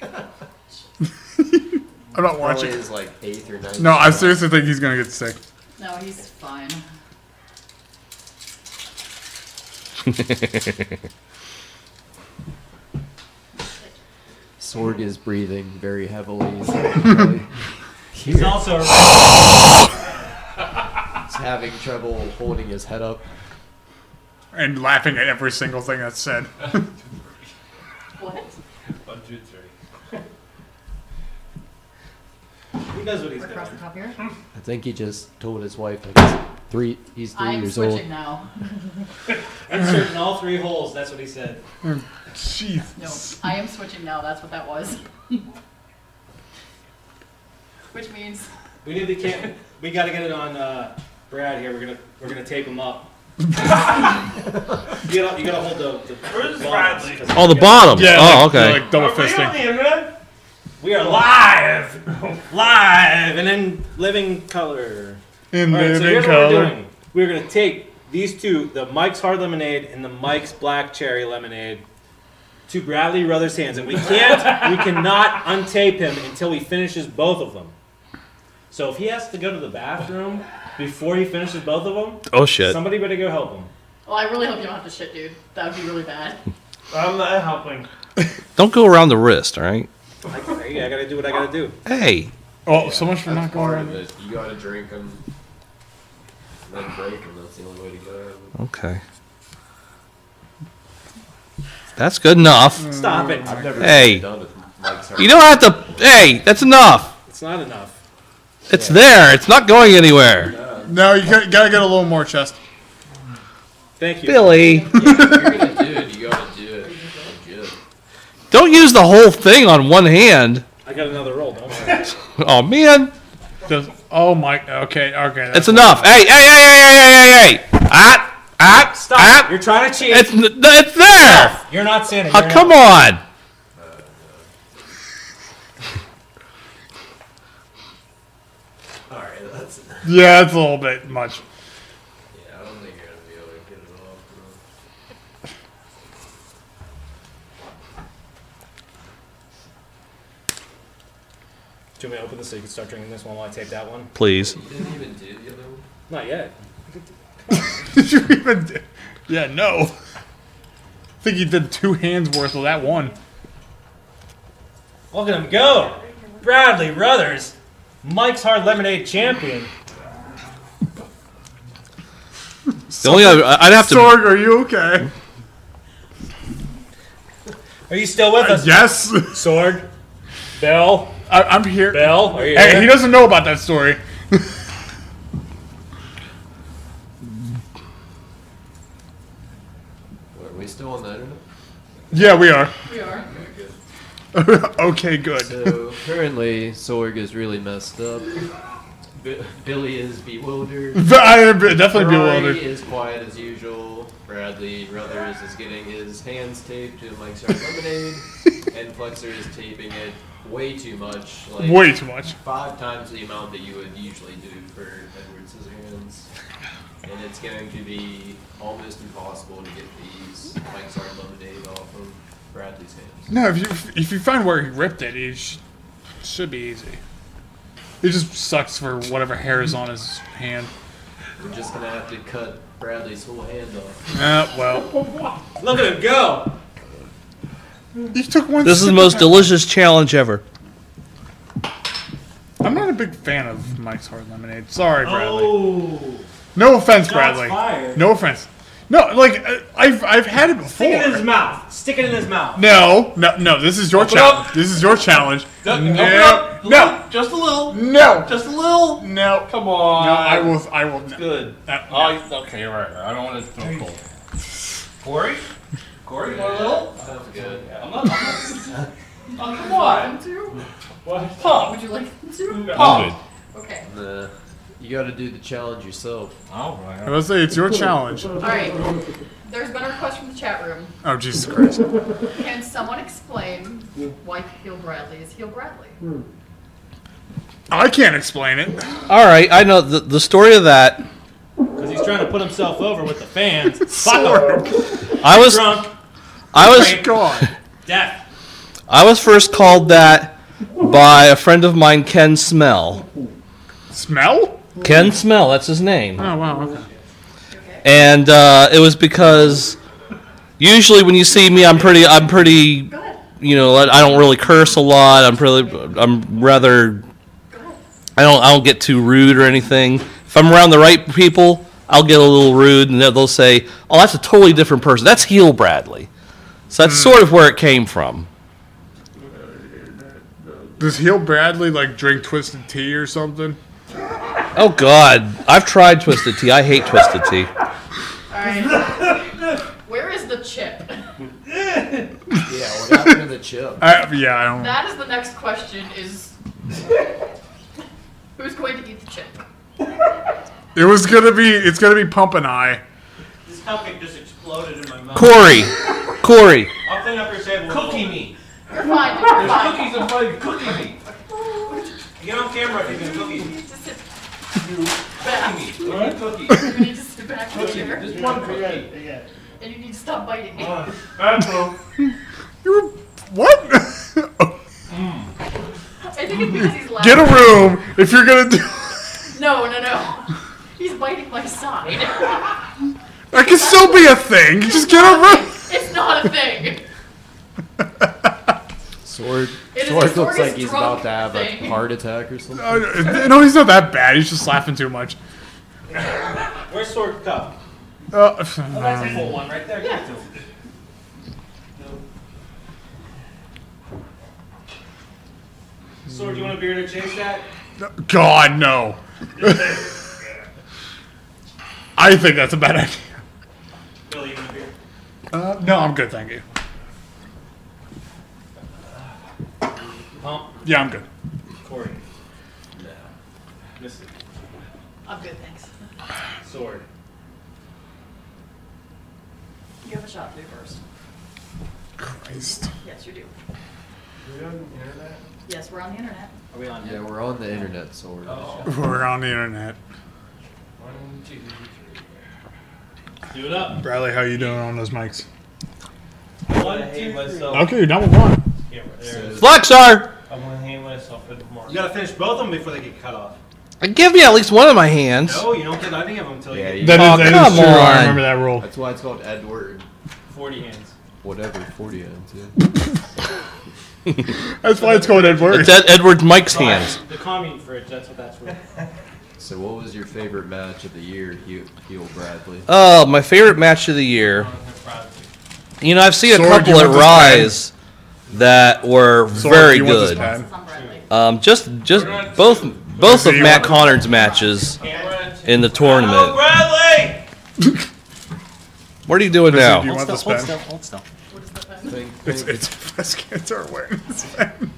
I'm not
Probably
watching.
is like eighth or ninth.
No, I seriously think he's gonna get sick.
No, he's fine.
Sorg is breathing very heavily.
He's also.
He's having trouble holding his head up.
and laughing at every single thing that's said.
What?
130.
He knows what he's doing.
Across the top here.
I think he just told his wife like he's three. He's 3
I'm
years
switching
old.
now.
Insert in all three holes. That's what he said.
Jeez.
No, I am switching now. That's what that was. Which means
We need the cam. We got to get it on uh, Brad here. We're gonna we're gonna tape him up. you, gotta, you gotta hold the. the Where's Bradley?
Oh, the
Um,
bottom. oh, okay.
We are live, live, and in living color.
In
All right, so
living
here's what we're
color.
doing. We're gonna take these two, the Mike's Hard Lemonade and the Mike's Black Cherry Lemonade, to Bradley Ruther's hands, and we can't, we cannot untape him until he finishes both of them. So if he has to go to the bathroom before he finishes both of them,
Oh, shit.
Somebody better go help him.
Well, I really hope you don't have to shit, dude. That would be really bad.
I'm not helping.
Don't go around the wrist, all right?
I gotta do what I gotta do.
Hey.
Oh, so much for
That's
not going
part
around.
of it. You gotta drink them, then break them. That's the only way to get out of it.
Okay. That's good enough.
Stop it. I've never
Hey.
been done with Mike's Hard
You don't have to. Hey, that's enough.
It's not enough.
It's there. It's not going anywhere.
No, you gotta, gotta get a little more chest.
Thank you.
Billy.
do it. You gotta do it. Legit.
Don't use the whole thing on one hand.
I got another roll. Don't worry.
Oh, man.
Does, oh my. Okay. Okay.
It's enough. Hey, hey, hey, hey, hey, hey, hey, hey. Ah, ah, Stop. Ah.
You're trying to cheat.
It's, n- it's there.
You're not Santa.
Oh,
you're
come
not.
on.
All right, that's. Yeah,
Yeah, it's a little bit much.
I don't think you're gonna be able to get it off. Bro.
Do you want me to open this so you can start drinking this one while I tape that one?
Please.
You didn't even do the other one.
Not yet.
Did you even? do- Yeah. No. I think you did two hands worth of that one.
Look at him go! Bradley Brothers, Mike's Hard Lemonade champion.
The only other, I'd have to.
Sorg, are you okay?
Are you still with us?
yes.
Sorg. Bell.
I, I'm here.
Bell, are you
Hey,
there?
he doesn't know about that story.
What, are we still on the internet?
Yeah, we are.
We are.
okay, good.
So currently, Sorg is really messed up. B- Billy is bewildered.
I am be- definitely
Ferrari
bewildered.
is quiet as usual. Bradley Ruthers is getting his hands taped to Mike's Hard Lemonade, and Flexer is taping it way too much. Like
Way too much.
Five times the amount that you would usually do for Edward Scissorhands. And it's going to be almost impossible to get these Mike's Hard Lemonade off of Bradley's hands.
No, if you if you find where he ripped it, it sh- should be easy. It just sucks for whatever hair is on his hand.
We're just gonna have to cut Bradley's whole hand off.
Uh, well,
Look at him go!
he took one.
This is the
sip
most
of-
delicious challenge ever.
I'm not a big fan of Mike's hard lemonade. Sorry, Bradley.
Oh.
No offense,
Shots
Bradley.
fired.
No offense. No, like uh, I've I've had it before.
Stick it in his mouth. Stick it in his mouth.
No, no, no. This is your
Open
challenge. This is your challenge. No,
open
no,
up.
no,
Just a little.
no,
Just a little.
no.
Come on.
I will. I will. no.
Good.
That-
oh, you- okay, you're right. I don't want to throw cold. Corey? Corey, you want a little?
Sounds good.
I'm not. oh, come on. What? Pump.
Would you like to?
Pump.
Okay.
Nah, you gotta do the challenge yourself.
All right.
I will say it's your challenge.
All right. There's been a request from the chat room.
Oh Jesus Christ!
Can someone explain why Heel Bradley is Heel Bradley?
I can't explain it.
All right, I know the, the story of that.
Because he's trying to put himself over with the fans. Fuck him.
Sorg.
I was
drunk.
I was
Great.
God.
Death.
I was first called that by a friend of mine, Ken Smell.
Smell?
Ken Smell, that's his name.
Oh wow. Okay.
And uh, it was because usually when you see me, I'm pretty I'm pretty you know I don't really curse a lot. I'm pretty I'm rather I don't I don't get too rude or anything. If I'm around the right people, I'll get a little rude, and they'll- they'll say, "Oh, that's a totally different person. That's Heel Bradley." So that's sort of where it came from.
Does Heel Bradley like drink twisted tea or something?
Oh God, I've tried Twisted Tea. I hate Twisted Tea.
Alright. Where is the chip?
Yeah, what happened to the chip?
I, yeah, I don't.
That is the next question is who's going to eat the chip?
It was gonna be. It's gonna be Pump and I.
This cupcake just exploded in my mouth.
Corey.
Corey.
I'll clean up your table. Cookie me.
You're fine.
There's
fine.
cookies in front of you. Cookie me. Get on camera if you can cookie me. Cookie me. One cookie.
You need to sit back in the
Cookie.
chair.
Just one cookie.
And you need to stop biting.
What?
I think it's because he's laughing.
Get a room if you're gonna do.
No, no, no. He's biting my side.
That could still be a thing. Just get a room.
it's not a thing.
Sword.
It is a
Sword looks
sword
like
is
he's
drunk
about to have
thing.
a heart attack or something.
No, Uh, no, no, he's not that bad. He's just laughing too much.
Where's Sword Cup?
Uh,
Oh, that's a full one right there. Give it to him. No. Sword, you want a beer to chase that?
God no. I think that's a bad idea.
Billy, you want a beer?
Uh, no, I'm good, thank you.
Pump.
Yeah, I'm good.
Corey. No. Missy.
I'm good, thanks.
Sword.
You have a shot to do first.
Christ.
Yes, you do. Yes, we're on the internet.
Are we on?
Yeah, we're on the internet, sword.
We're on the internet.
One, two, three. Do it up.
Bradley, how you doing on those mics?
One, two, three.
Okay, you're number one.
Yeah, there it is.
Flaxar!
I'm gonna hang myself in tomorrow. You gotta finish both of them before they get cut off.
Give me at least one of my hands.
No, you don't get any of them until
Yeah,
you
you-
get
That
oh, come on.
that rule.
That's why it's called Edward.
40 hands.
Whatever, 40 ends, yeah.
That's why it's called Edward.
It's Ed- Edward Mike's hands.
The commune fridge, that's what that's for.
So, what was your favorite match of the year, Hugh, Hugh Bradley?
Oh, my favorite match of the year. You know, I've seen a
Sword,
couple
you
at
want this pen?
Rise that were
Sword,
very
you want this
good.
pen?
Um, just, just both, both of Matt Connard's matches in the tournament.
Bradley!
What are you doing
Chrissy,
now?
do you want this pen?
hold still.
It's it's breast cancer awareness. pen.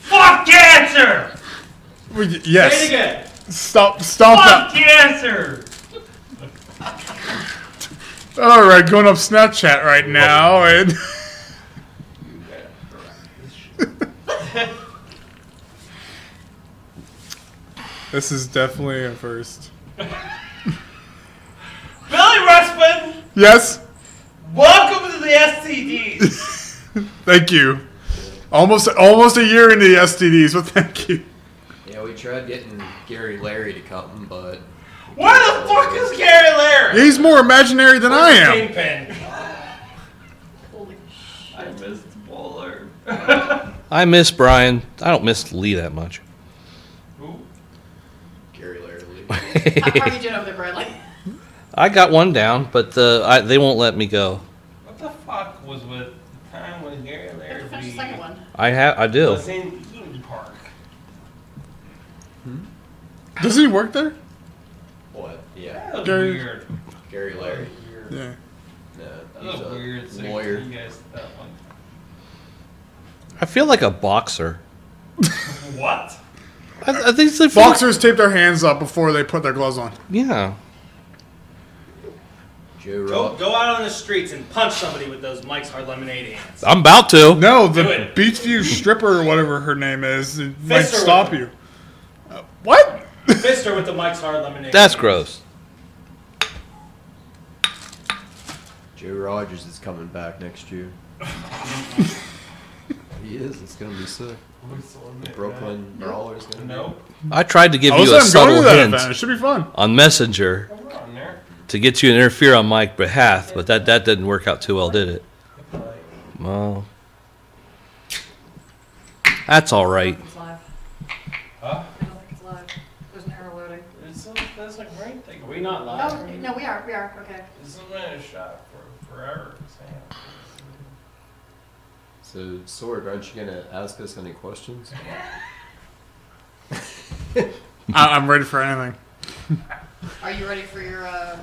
Fuck cancer!
Well, y- yes.
Say it again.
Stop! Stop
Fuck
that!
cancer!
All right, going up Snapchat right now, and this is definitely a first.
Billy Rushman,
Yes,
welcome to the STDs.
thank you. Almost almost a year into the STDs, but thank you.
Yeah, we tried getting Gary Larry to come, but.
Where the fuck is Gary Lair?
He's more imaginary than I am.
Holy shit. I missed Bowler.
I miss Brian. I don't miss Lee that much.
Gary Larry.
How how are you doing over there, Bradley?
I got one down, but uh, I, they won't let me go.
What the fuck was with the time when Gary Lair
Finish the second one.
I have, I do.
was in Eden Park?
Does he work there?
What? Yeah.
That was
Gary-
weird.
Gary Larry.
Yeah.
No,
That was
he's a
weird. So you-
lawyer.
You guys, that one.
I feel like a boxer.
What?
I, I think it's like-
Boxers tape their hands up before they put their gloves on.
Yeah.
Joe
Go, go out on the streets and punch somebody with those Mike's Hard Lemonade hands.
I'm about to.
No, the
Do it.
Beachview stripper or whatever her name is it might
her with
stop you. Uh, what?
Fist her with the Mike's Hard Lemonade.
That's gross.
Joe Rogers is coming back next year. he is. It's gonna be sick. The Brooklyn Brawler is gonna. Nope.
I tried to give
I was
you a
saying, go to
subtle
that
hint
event. It should be fun.
on Messenger to get you to interfere on my behalf, but that, that didn't work out too well, did it? Well, that's all right.
Huh?
It's live. There's an error loading.
It's that's like right thing.
Are we not live? No, no, we are, we are, okay.
This has been a shot for forever.
So, Sword, aren't you going to ask us any questions?
I- I'm ready for anything.
Are you ready for your, uh,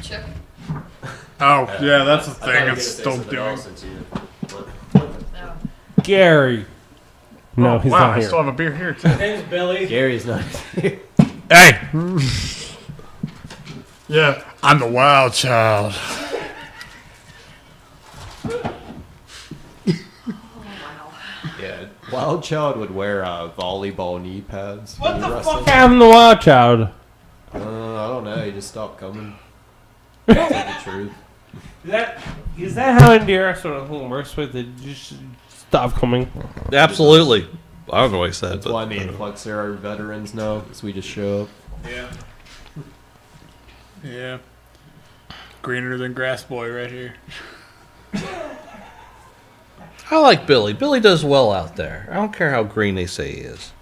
chip?
Oh,
Uh,
yeah, that's the
I thought you
thing.
were
It's
gonna say
still
something
doing.
else since you- what-
Gary. No,
Oh,
he's
wow,
not
I
here.
still have a beer here, too.
Name's Billy.
Gary's not here.
Hey! yeah, I'm the wild child.
Yeah, Wild Child would wear uh, volleyball knee pads.
What
when
the
he
fuck
wrestled.
I'm the wild child.
Uh, I don't know. He just stopped coming. That's the truth.
Is that is that how Indira sort of works with it? Just stop coming.
Absolutely. I don't know what he said.
That's
But
why the influx are veterans now, because we just show up.
Yeah.
Yeah. Greener than grass boy right here.
I like Billy. Billy does well out there. I don't care how green they say he is.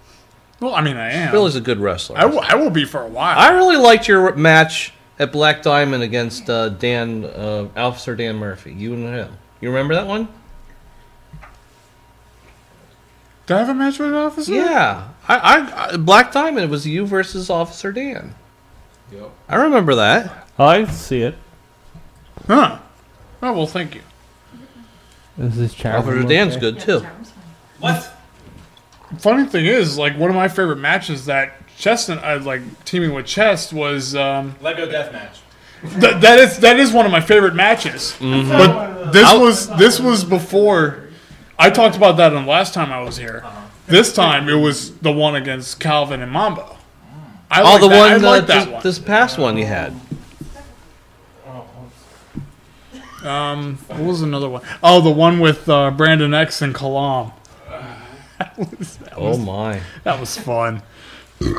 Well, I mean, I am.
Billy's a good wrestler.
I, w- I will be for a while.
I really liked your match at Black Diamond against uh, Dan, uh, Officer Dan Murphy. You and him. You remember that one?
Did I have a match with an officer?
Yeah. I, I, I Black Diamond. It was you versus Officer Dan.
Yep.
I remember that.
I see it.
Huh. Oh, well, thank you.
This is
Officer Dan's good too.
Funny thing is, like, one of my favorite matches that Chestnut, I like teaming with Chest was. Um,
Lego deathmatch.
Th- that is that is one of my favorite matches.
Mhm.
Mm-hmm.
But this was this was before. I talked about that on the last time I was here. This time it was the one against Calvin and Mambo. I
oh,
like
the
that.
one,
I like
uh,
that
this, this past one you had.
one. Um, what was another one? Oh, the one with uh, Brandon X and Kalam. That was- that
Oh
was-
my.
that was fun. Ooh.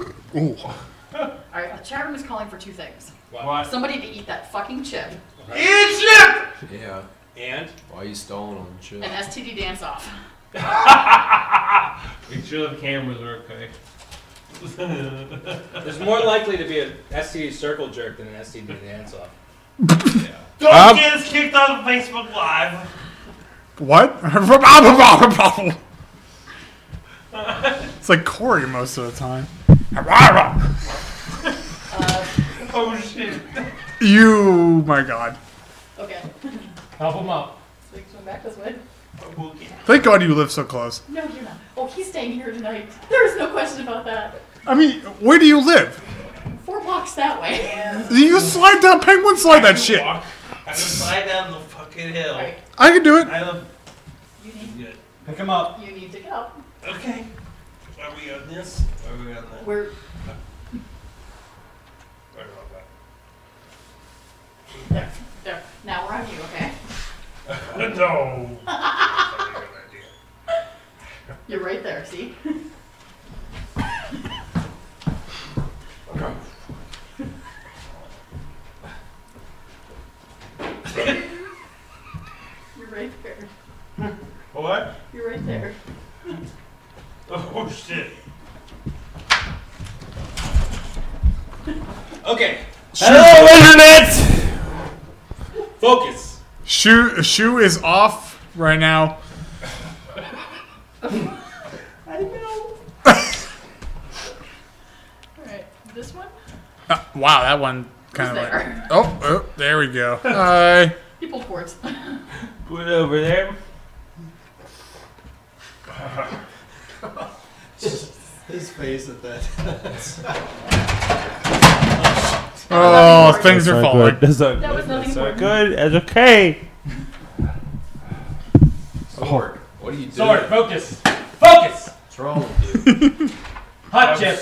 Alright, the chat room is calling for two things.
What?
Somebody to eat that fucking chip,
Egypt.
Yeah.
And?
Why you stalling on shit?
and STD dance off.
Make sure the cameras are okay.
There's more likely to be an STD circle jerk than an STD dance off.
Don't
Um,
get us kicked off of Facebook Live.
What? it's like Corey most of the time.
oh shit.
You, my God.
Okay.
Help him up.
So you come back this way?
Thank God you live so close.
No, you're not. Oh, he's staying here tonight. There's no question about that.
I mean, where do you live?
Four blocks that way.
You slide down, penguin slide that shit.
I'm gonna slide down the fucking hill.
I can do it.
I love.
You need,
Good. Pick him up.
you need to go.
Okay. Are we on this? Are we on that?
We're
Or on that?
there. There. Now we're on you, okay?
no.
You're right there, see? You're right there.
What?
You're right there.
Oh shit.
Okay. Focus.
Shoe, shoe is off right now.
I know. Alright, this one?
Uh, wow, that one kind
Who's
of like.
there?
Oh, oh, there we go. Hi.
He pulled cords.
Put it over there.
His face at that.
Oh, things are falling.
That's not
That was
good.
nothing
That's not
important.
good. It's okay.
Sword, what are you doing?
Sword, focus. Focus.
What's wrong with you?
Hot chip.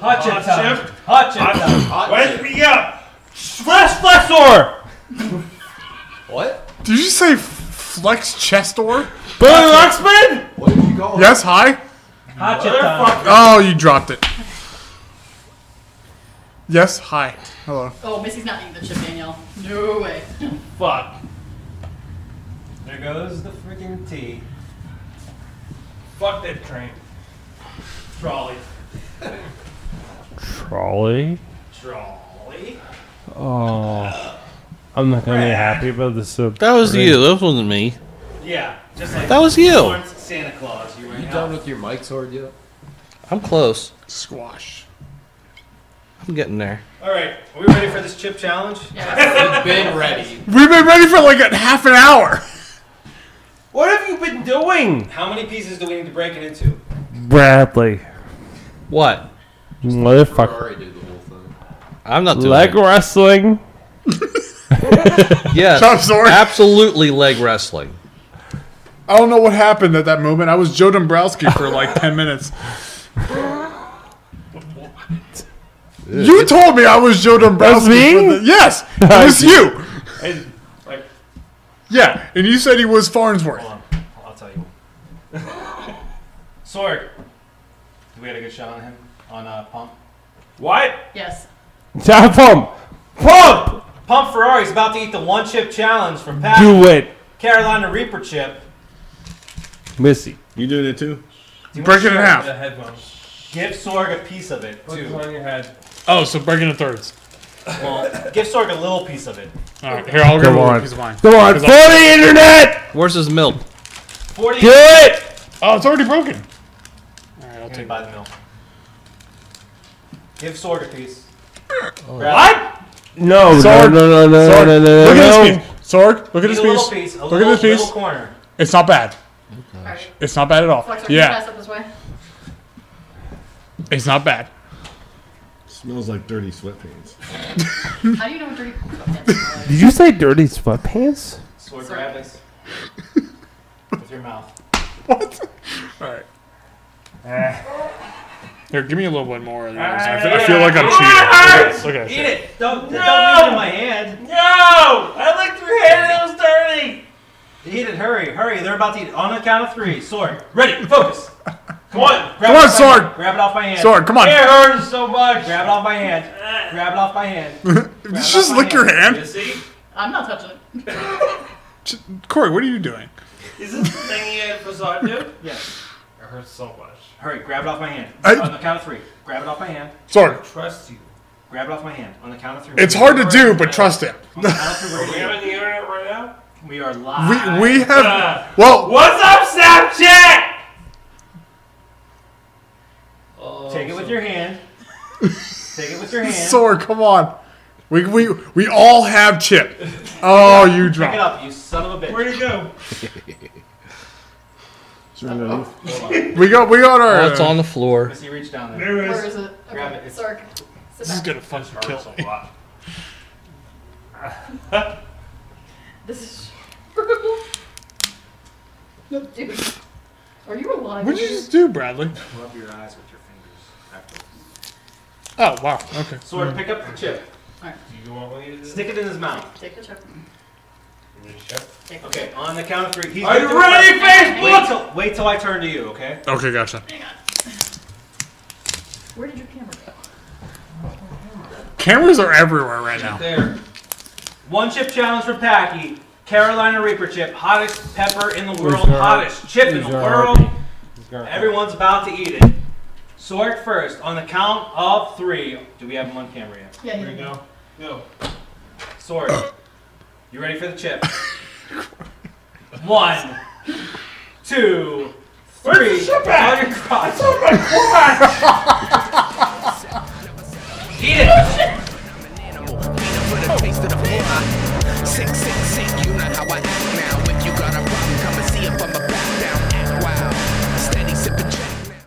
Hot chip time. Hot chip time. Wake me up. Flash, flash door.
What?
Did you say flex chestor?
Billy Luxman?
What did you call
Yes, hi.
Hot chip time.
Oh, you dropped it. Yes, hi. Hello.
Oh, Missy's not eating the chip, Danielle. No way.
Fuck.
There goes the freaking T.
Fuck that train.
Trolley.
Trolley.
Trolley.
Oh, I'm not gonna be happy about this. So
That was you. That wasn't me.
Yeah, just like
That was you.
Lawrence Santa Claus. You,
You done with your mic sword yet?
I'm close.
Squash.
I'm getting there.
All right, are we ready for this chip challenge?
Yeah, we've been ready.
We've been ready for like a half an hour.
What have you been doing?
How many pieces do we need to break it into?
Bradley.
What?
Motherfucker.
I'm not doing
Leg
it.
wrestling.
Yes.
Chop sword.
Absolutely leg wrestling.
I don't know what happened at that moment. I was Joe Dombrowski for like 10 minutes. You told me I was Joe Dombrowski.
That's me?
for the- yes, it was you.
And, like,
Yeah, and you said he was Farnsworth.
I'll tell you. Sorg, did we had a good shot on him on uh, pump. What?
Yes.
Tap pump. Pump.
Pump Ferrari's about to eat the one chip challenge from Pat.
Do it.
Carolina Reaper chip.
Missy.
You doing it too?
Do you
Break it in
wanna share
half.
the headphone? Give Sorg a piece of it too.
on your head.
Oh, so breaking into thirds.
Well, give Sorg a little piece of it.
All right, here, I'll grab
Come
a little
on.
piece of mine.
Come on. For
Because
the
I'll-
internet.
Where's his milk?
Forty.
Do it.
Oh, it's already broken.
All right, I'll take by the mill. Give Sorg a piece.
What?
No, no,
Sorg,
no, no, no,
Sorg,
no, no, no,
Look
no.
at this piece. Sorg, look at this
Need a little
piece.
piece, a
look
little-
at this piece.
little corner.
It's not bad. It's not bad at all.
Flexor, can you
yeah,
pass up this way?
it's not bad.
Smells like dirty sweatpants.
How do you know what dirty
Did you say dirty sweatpants?
Sorg, grab this. With your mouth.
What? All right. Here, give me a little bit more. Of these. I, feel, I
Ah.
feel like I'm cheating. Look at
Eat it. Don't,
No!
don't leave it in my hand.
No! I licked your hand and it was dirty!
Eat it. Hurry, hurry. They're about to eat. On the count of three. Sorg, ready. Focus. Come on.
Come on,
it off my-
Sorg.
Grab it off my hand.
Sorg, come on.
Here.
It hurts so much!
Grab it off my hand. Grab it off my hand.
Did you just lick your hand?
See?
I'm not touching it.
Corey, what are you doing?
Is this the thing you had for Zod, dude?
Yes.
It hurts so much.
Hurry. Grab it off my hand.
I-
On the count of three. Grab it off my hand.
Sorg.
I trust you. Grab it off my hand. On the count of three.
It's hard to do, but trust him.
On the count of three, we're
Are
gonna
we
eat it.
on the internet right now?
We are
We,
live.
we
Uh,
have. Well,
What's up, Snapchat?
Take it with your hand. Take it with your hand.
Sorg, come on. We, we, we all have chip. Oh, you
Pick it
dropped.
up, you son of a bitch.
Where'd it go?
We got we got our.
Oh, it's on the floor.
Missy, reach down there.
There it
Where
is.
is it? Okay.
Grab it. It's-
Sorg.
This is gonna fucking kill me.
This is horrible. No, dude. Are you alive?
What did you just do, Bradley?
Rub your eyes with your fingers. after.
Oh wow. Okay.
Sword, pick up the chip.
You want me to
Stick it in his mouth.
Take the chip. Take the
Okay,
chip.
on the count of three. He's
Are
gonna
you
do it
ready,
first. Wait
Facebook?
till, wait till I turn to you, okay?
Okay, gotcha.
Where did your camera go?
Cameras are everywhere right now.
There. One chip challenge from Packy. Carolina Reaper chip, hottest pepper in the world, hottest chip in the world. Everyone's about to eat it. Sort first on the count of three. Do we have him on camera yet?
Yeah,
There
here
you go. Go.
Sword. You ready for the chip? One, two, three. On your crotch. Eat it.
for the taste of the fly. Sick, sick, sick, you know how I act now. If you got a problem, come and see if I'm a back down. Act wild. Steady sipping Jack now.